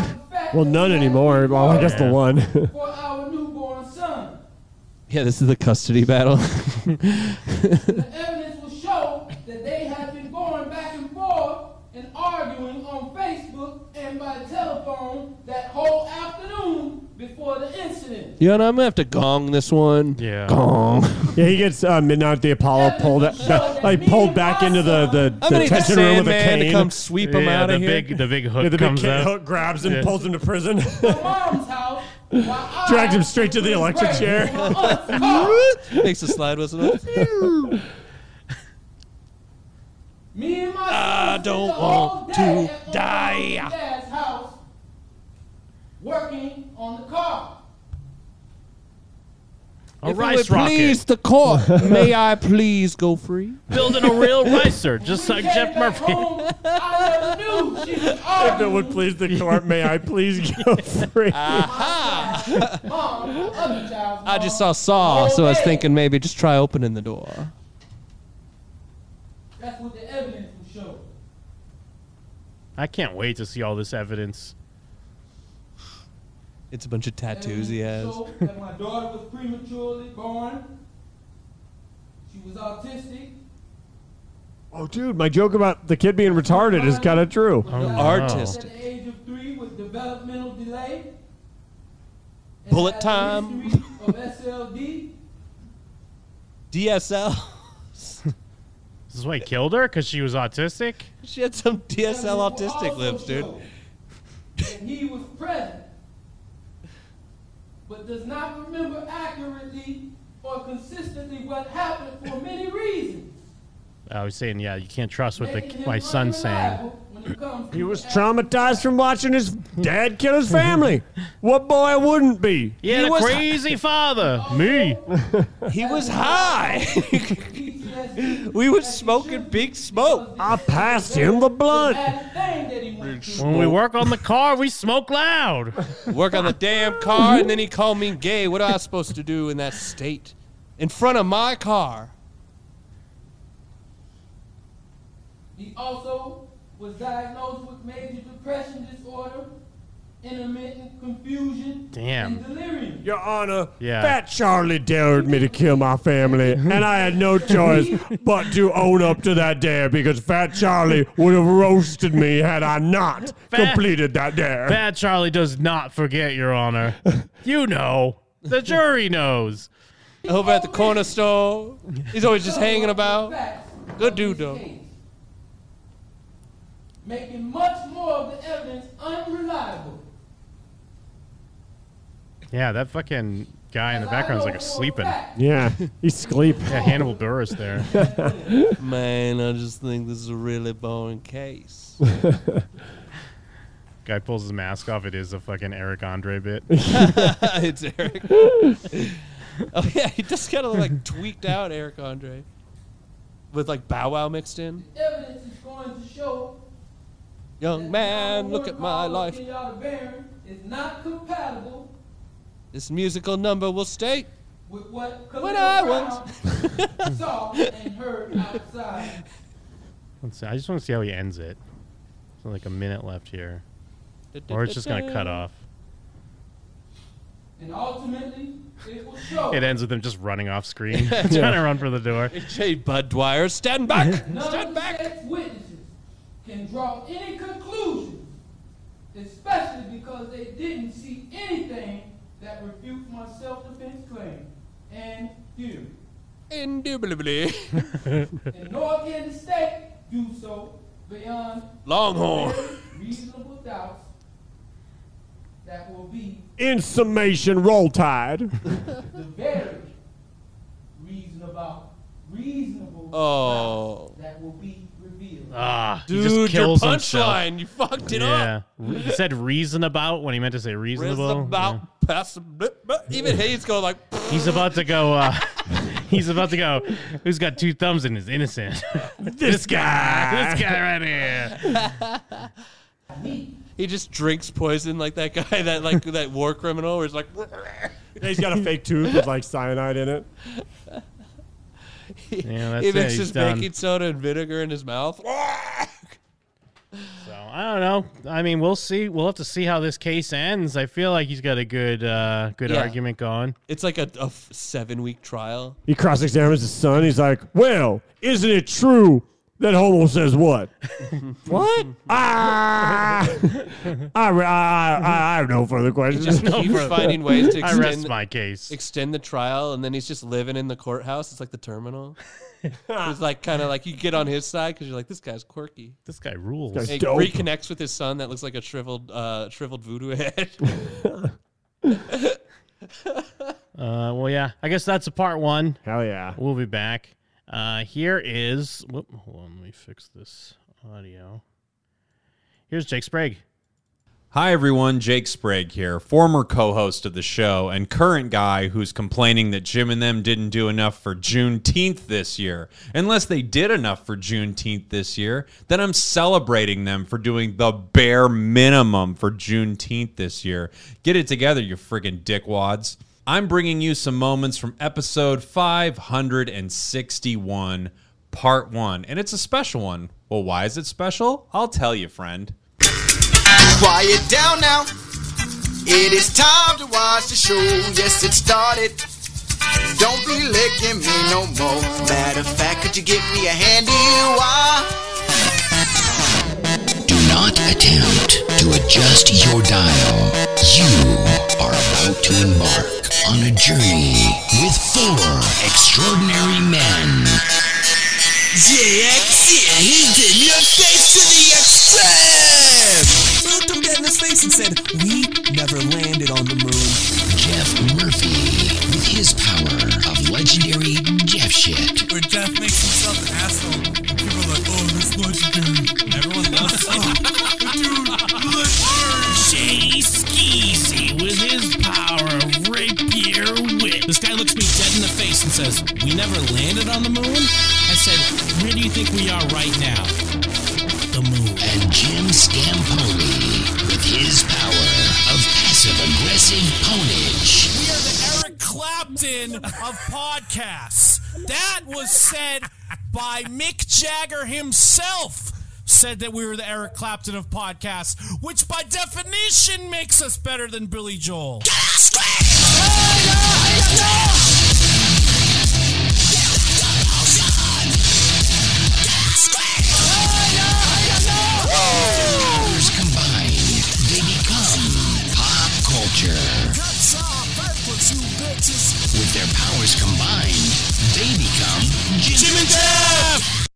S16: well, none anymore. Well, I guess the
S15: Yeah.
S16: one.
S19: for our newborn son.
S4: Yeah, this is the custody battle.
S19: The evidence will show that they have been going back and forth and arguing on Facebook and by telephone that whole afternoon before the incident.
S4: you know, what, I'm gonna have to gong this one.
S15: Yeah.
S4: Gong.
S16: yeah, he gets uh, midnight at the Apollo pulled that, like pulled back into the the,
S4: I'm gonna
S16: the
S4: need the
S16: tension room with a
S4: Sandman to
S16: cane.
S4: come sweep him
S15: Yeah,
S4: out
S15: the
S4: of here.
S15: big, the big
S16: Yeah,
S15: hook
S16: the big
S15: comes
S16: kid
S15: out.
S16: hook grabs him,
S15: Yeah.
S16: pulls him to prison,
S19: Mom's house. While I
S16: drags him straight to the electric chair.
S4: Makes a slide whistle.
S19: Me and my
S4: I
S19: son
S4: don't
S19: spent the whole
S4: want
S19: day
S4: to
S19: at my
S4: die.
S19: mom and dad's house working on the car.
S15: A
S4: If it
S15: rice
S4: would
S15: rocket.
S4: please the court, may I please go free?
S15: Building a real ricer, just
S19: We
S15: like
S19: came
S15: Jeff
S19: back
S15: Murphy.
S19: home, I never knew she oh, was
S16: if it
S19: arguing
S16: would please the court, may I please go
S19: mom,
S16: free?
S19: my other child's
S4: Mm-hmm. I just saw Saw, so I was thinking maybe just try opening the door.
S19: That's what the evidence will show.
S15: I can't wait to see all this evidence.
S4: It's a bunch of tattoos he has.
S19: Show that my daughter was prematurely born. She was autistic.
S16: Oh, dude, my joke about the kid being retarded is kind of true.
S15: Oh,
S19: At the age of three with developmental delay. and
S4: Bullet
S19: has a
S4: time.
S19: history Of SLD.
S4: DSL.
S15: This is why he killed her because she was autistic.
S4: She had some DSL autistic
S15: lips, dude.
S19: that he was present, but does not remember accurately or consistently what happened for many reasons.
S15: I was saying, yeah, you can't trust what
S19: making
S15: the,
S19: him
S15: my son's saying.
S19: unreliable when it comes
S16: He
S19: to
S16: was traumatized from watching his dad kill his family. what boy wouldn't be?
S15: He had a crazy father. Me.
S4: He was high. we was smoking big smoke.
S16: I passed him the blunt.
S15: When we work on the car, we smoke loud.
S4: Work on the damn car, and then he called me gay. What am I supposed to do in that state? In front of my car.
S19: He also was diagnosed with major depression disorder, intermittent confusion,
S16: Damn.
S19: and delirium.
S16: Your Honor,
S19: Yeah.
S16: Fat Charlie dared me to kill my family, and I had no choice but to own up to that dare because Fat Charlie would have roasted me had I not
S15: Fat-
S16: completed that dare.
S15: Bad Charlie does not forget, Your Honor. You know. The jury knows.
S4: Over at the corner store. He's always just hanging about. Good dude, though.
S19: Making much more of the evidence unreliable.
S15: Yeah, that fucking guy in the background's like sleeping.
S16: Yeah, he's sleep.
S15: Yeah, Hannibal Burris there.
S4: Man, I just think this is a really boring case.
S15: Guy pulls his mask off. It is a fucking Eric Andre bit.
S4: it's Eric. oh yeah, he just kind of like tweaked out Eric Andre, with like Bow Wow mixed in.
S19: Evidence is going to show
S4: Young man, look at my life.
S19: Kenyatta Barron is not compatible
S4: This musical number will stay.
S19: with what
S4: What
S19: Khalil
S4: I
S19: Brown saw and heard outside.
S15: Let's see. I just want to see how he ends it. So like a minute left here, or it's just gonna cut off.
S19: And ultimately, it will show
S15: It ends with him just running off screen, trying to run for the door.
S4: Hey, Bud Dwyer, stand back.
S19: none of the state's witnesses can draw any conclusions, especially because they didn't see anything that refutes my self-defense claim and theory.
S4: Indubitably.
S19: And nor can the state do so beyond
S4: Longhorn.
S19: reasonable doubts that will be
S16: In summation, roll tide.
S19: the very reasonable, reasonable
S4: Oh.
S19: doubts that will be revealed.
S15: Ah, he just
S4: Dude, your
S15: kills himself.
S4: punchline, you fucked it
S15: yeah.
S4: up.
S15: Re- He said reason about when he meant to say reasonable.
S4: It's about pass- Even Hayes going like,
S15: He's about to go. Uh, he's about to go. Who's got two thumbs and is innocent? this
S4: guy.
S15: This guy right here.
S4: he just drinks poison like that guy, that like that war criminal, where he's like,
S16: he's got a fake tooth with like cyanide in it.
S15: Yeah, that's
S4: he
S15: it.
S4: mixes
S15: He's done.
S4: baking soda and vinegar in his mouth.
S15: So I don't know. I mean, we'll see. We'll have to see how this case ends. I feel like he's got a good, uh, good
S4: Yeah.
S15: argument going.
S4: It's like a, a seven week trial.
S16: He cross examines his son. He's like, Well, isn't it true that Homo says what? what? ah! I, re- I, I, I have no further questions.
S4: Just keeps finding ways to
S15: I
S4: extend
S15: rest my case.
S4: extend the trial, and then he's just living in the courthouse. It's like the terminal. it's like kind of like you get on his side because you're like, this guy's quirky.
S15: This guy rules.
S4: He reconnects with his son that looks like a shriveled, uh, shriveled voodoo head.
S15: Uh, well, yeah. I guess that's a part one.
S16: Hell yeah.
S15: We'll be back. Uh, here is. Whoop, hold on. Let me fix this audio. Here's Jake Sprague.
S1: Hi, everyone. Jake Sprague here, former co host of the show and current guy who's complaining that Jim and them didn't do enough for Juneteenth this year. Unless they did enough for Juneteenth this year, then I'm celebrating them for doing the bare minimum for Juneteenth this year. Get it together, you freaking dickwads. I'm bringing you some moments from episode 561, part one, and it's a special one. Well, why is it special? I'll tell you, friend.
S5: Quiet down now. It is time to watch the show. Yes, it started. Don't be licking me no more. Matter of fact, could you give me a handy why?
S6: Do not attempt to adjust your dial. You are about to embark on a journey with four extraordinary men.
S23: JX, he did your face to the extreme! Looked him dead in his face and said, We never landed on the moon.
S6: Jeff Murphy, with his power of legendary Jeff shit.
S23: Where Jeff makes himself an asshole. People are like, Oh, that's legendary. Everyone loves it. Dude, legendary! Jay Skeezy with his power of rapier wit.
S24: This guy looks me dead in the face and says, We never landed on the moon? I said, Where do you think we are right now? The moon.
S6: And Jim Scampoli, with his power of passive aggressive ponage.
S23: We are the Eric Clapton of podcasts. That was said by Mick Jagger himself. Said that we were the Eric Clapton of podcasts, which by definition makes us better than Billy Joel.
S6: Powers combined, they become pop culture. With their powers combined, they become Jim and Jeff.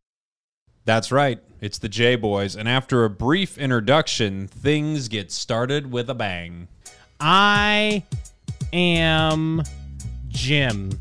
S1: That's right. It's the J Boys, and after a brief introduction, things get started with a bang.
S15: I am Jim.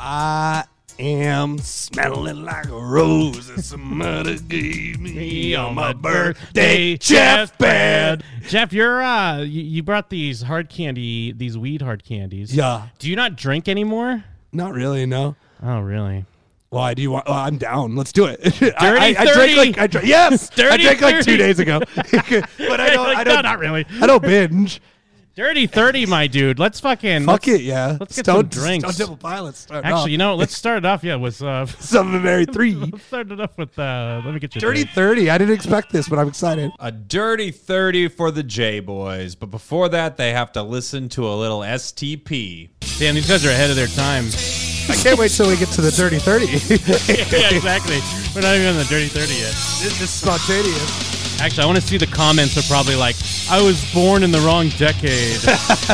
S4: I am smelling like a rose that somebody gave me on my birthday. Jeff Bad.
S15: Jeff, you're uh, you, you brought these hard candy, these weed hard candies.
S4: Yeah.
S15: Do you not drink anymore?
S4: Not really, no.
S15: Oh, really?
S4: Why do you want? Oh, I'm down. Let's do it. I-
S15: Dirty
S4: I, I,
S15: 30.
S4: drank like I drank. Yes, I
S15: Dirty
S4: drank like
S15: 30.
S4: two days ago. but I don't. I
S15: Like, no,
S4: don't.
S15: not really.
S4: I don't binge.
S15: Dirty thirty, my dude. Let's fucking
S4: Fuck it,
S15: let's-
S4: yeah.
S15: Let's get
S4: Stone-
S15: some drinks.
S4: Stone Temple Pilots start
S15: Actually,
S4: off.
S15: you know, what? let's start it off. Yeah, with uh,
S4: Some of the Mary Three.
S15: let's start it off with. Uh, let me get you.
S4: Dirty thirty. I didn't expect this, but I'm excited.
S1: A dirty 30 for the J Boys, but before that, they have to listen to a little STP.
S15: Damn, these guys are ahead of their time.
S4: I can't wait till we get to the dirty thirty.
S15: yeah, exactly. We're not even on the dirty thirty yet.
S4: This is spontaneous.
S15: Actually, I want to see the comments are probably like, "I was born in the wrong decade."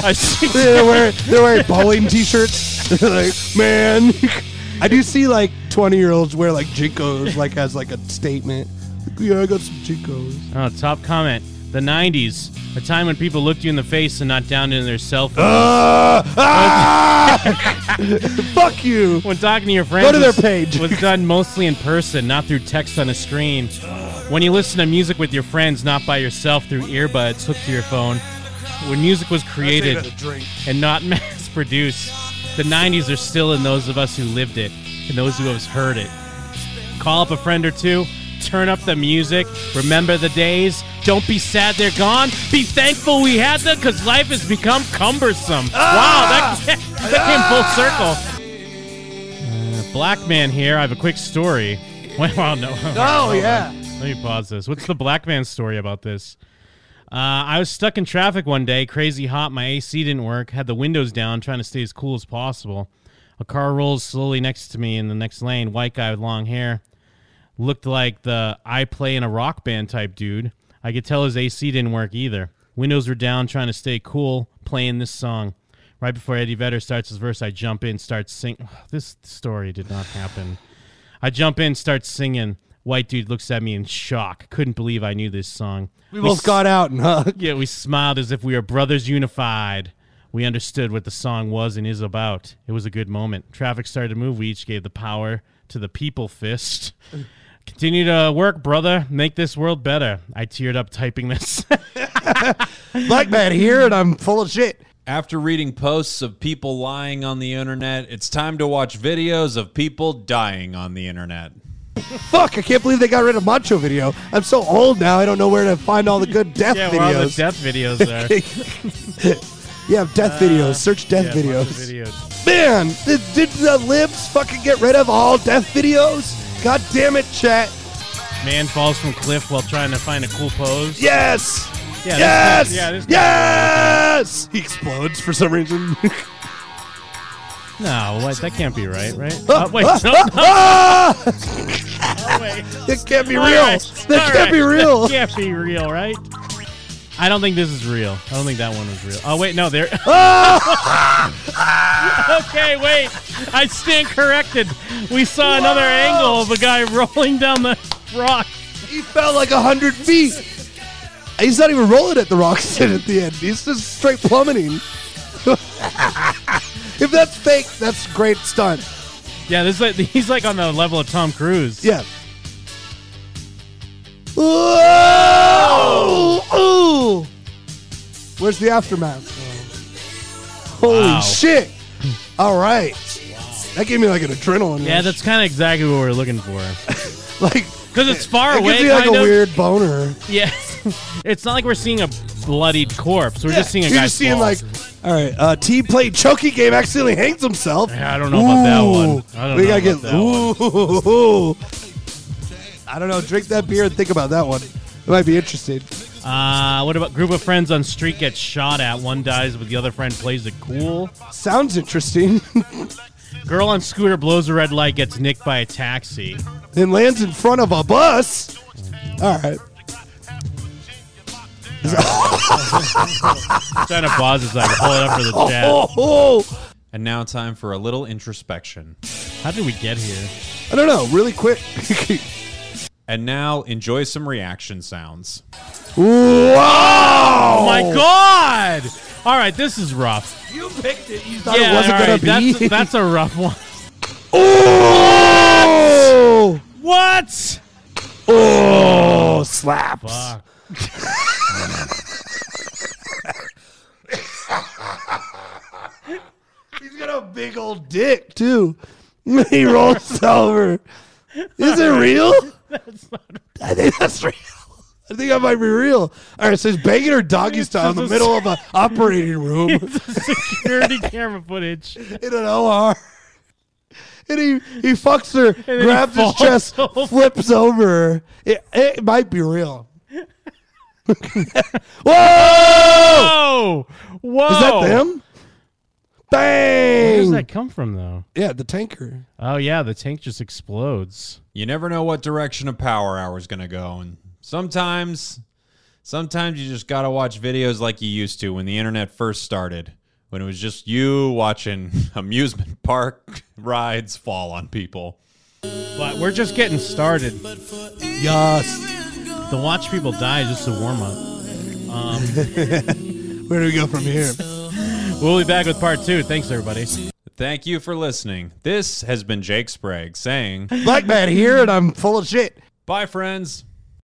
S15: I see.
S4: they're wearing they're wearing bowling t-shirts. They're like, man, I do see like twenty year olds wear like jinkos, like as like a statement. Like, yeah, I got some jinkos.
S15: Oh, top comment. The 90s, a time when people looked you in the face and not down into their cell phones.
S4: Ah! Fuck you.
S15: When talking to your friends
S4: Go to their
S15: was-
S4: page.
S15: was done mostly in person, not through text on a screen. When you listen to music with your friends, not by yourself through earbuds hooked to your phone. When music was created
S4: That's even a drink.
S15: and not mass produced, the 90s are still in those of us who lived it and those who have heard it. Call up a friend or two, turn up the music, remember the days. Don't be sad they're gone. Be thankful we had them because life has become cumbersome. Wow, that,
S19: Ah!
S15: that came full circle. Uh, black man here, I have a quick story. Wait, wow, no.
S4: Oh yeah.
S15: Let me pause this. What's the black man story about this? Uh, I was stuck in traffic one day, crazy hot. My AC didn't work. Had the windows down, trying to stay as cool as possible. A car rolls slowly next to me in the next lane. White guy with long hair, looked like the I play in a rock band type dude. I could tell his AC didn't work either. Windows were down, trying to stay cool, playing this song. Right before Eddie Vedder starts his verse, I jump in, start singing. This story did not happen. I jump in, start singing. White dude looks at me in shock. Couldn't believe I knew this song.
S4: We both got out and hugged.
S15: Yeah, we smiled as if we were brothers unified. We understood what the song was and is about. It was a good moment. Traffic started to move. We each gave the power to the people fist. Continue to work, brother. Make this world better. I teared up typing this.
S4: Black man here, and I'm full of shit.
S1: After reading posts of people lying on the internet, it's time to watch videos of people dying on the internet.
S4: Fuck! I can't believe they got rid of Macho Video. I'm so old now. I don't know where to find all the good death
S15: yeah, where all the
S4: videos.
S15: death videos are.
S4: yeah, death videos. Search death
S15: yeah,
S4: videos.
S15: lots of videos.
S4: Man, did, did the libs fucking get rid of all death videos? God damn it, chat.
S15: Man falls from cliff while trying to find a cool pose.
S4: Yes!
S15: Yeah,
S4: yes!
S15: this guy- yeah, this guy-
S4: yes! He explodes for some reason.
S15: No, what? That can't be right, right?
S17: Ah,
S15: Oh, wait,
S17: ah,
S15: no,
S17: ah,
S15: no.
S17: ah!
S15: Oh, wait.
S17: This can't be
S15: All
S17: real.
S15: right.
S17: This
S15: All
S17: can't be real.
S15: This can't be real, right? I don't think this is real. I don't think that one was real. Oh wait, no, there.
S4: Ah!
S15: okay, wait. I stand corrected. We saw another
S17: Whoa.
S15: angle of a guy rolling down the rock.
S17: He fell like a hundred feet.
S7: He's not even rolling at the rocks at the end. He's just straight plummeting. if that's fake, that's great stunt.
S15: Yeah, this is like, he's like on the level of Tom Cruise.
S7: Yeah.
S17: Whoa!
S7: Ooh. Where's the aftermath? Holy
S15: Wow.
S7: shit! All right, that gave me like an adrenaline.
S15: Yeah,
S7: rush.
S15: that's kind of exactly what we're looking for.
S7: like
S15: because it's far
S7: it
S15: away.
S7: gives me like
S15: kind
S7: a
S15: of.
S7: weird boner.
S15: Yeah, it's not like we're seeing a bloodied corpse. We're just seeing a
S7: You're
S15: guy.
S7: just seeing
S15: fall.
S7: like, all right, uh, team played choking game accidentally hangs himself.
S15: I don't know about that one.
S7: Ooh.
S15: I don't
S7: we
S15: know
S7: gotta
S15: about
S7: get. Ooh. I don't know. Drink that beer and think about that one. It might be interesting.
S15: Uh, what about group of friends on street gets shot at? One dies, but the other friend plays it cool.
S7: Sounds interesting.
S15: Girl on scooter blows a red light, gets nicked by a taxi.
S7: and lands in front of a bus. All right.
S15: Trying to pause as I pull it up for the chat.
S4: Oh.
S1: And now time for a little introspection.
S15: How did we get here?
S7: I don't know. Really quick.
S1: and now enjoy some reaction sounds.
S15: Oh my god! All right, this is rough.
S17: You picked it. You
S15: yeah, all right, that's, that's a rough one.
S7: Oh!
S15: What?
S7: Oh, slaps.
S15: Fuck.
S7: He's got a big old dick too. he rolls over. Is it real?
S17: That's not
S7: I think that's real. I think that might be real. All right, so he's banging her doggy style in the
S15: just a-
S7: middle of an operating room
S15: Security camera footage.
S7: in an OR. And he, he fucks her,
S15: then he
S7: grabs his
S15: falls
S7: chest,
S15: over.
S7: flips over. her. It, it might be real. Whoa!
S15: Whoa! Whoa!
S7: Is that them? Bang!
S15: Where does that come from, though?
S7: Yeah, the tanker.
S15: Oh yeah, the tank just explodes.
S1: You never know what direction a power hour is going to go. And sometimes, sometimes you just got to watch videos like you used to when the internet first started, when it was just you watching amusement park rides fall on people.
S15: But we're just getting started.
S7: Yes.
S15: The watch people die is just a warm Um, up. Um,
S7: Where do we go from here?
S15: We'll be back with part two. Thanks, everybody.
S1: Thank you for listening. This has been Jake Sprague saying,
S7: Black man here, and I'm full of shit.
S1: Bye, friends.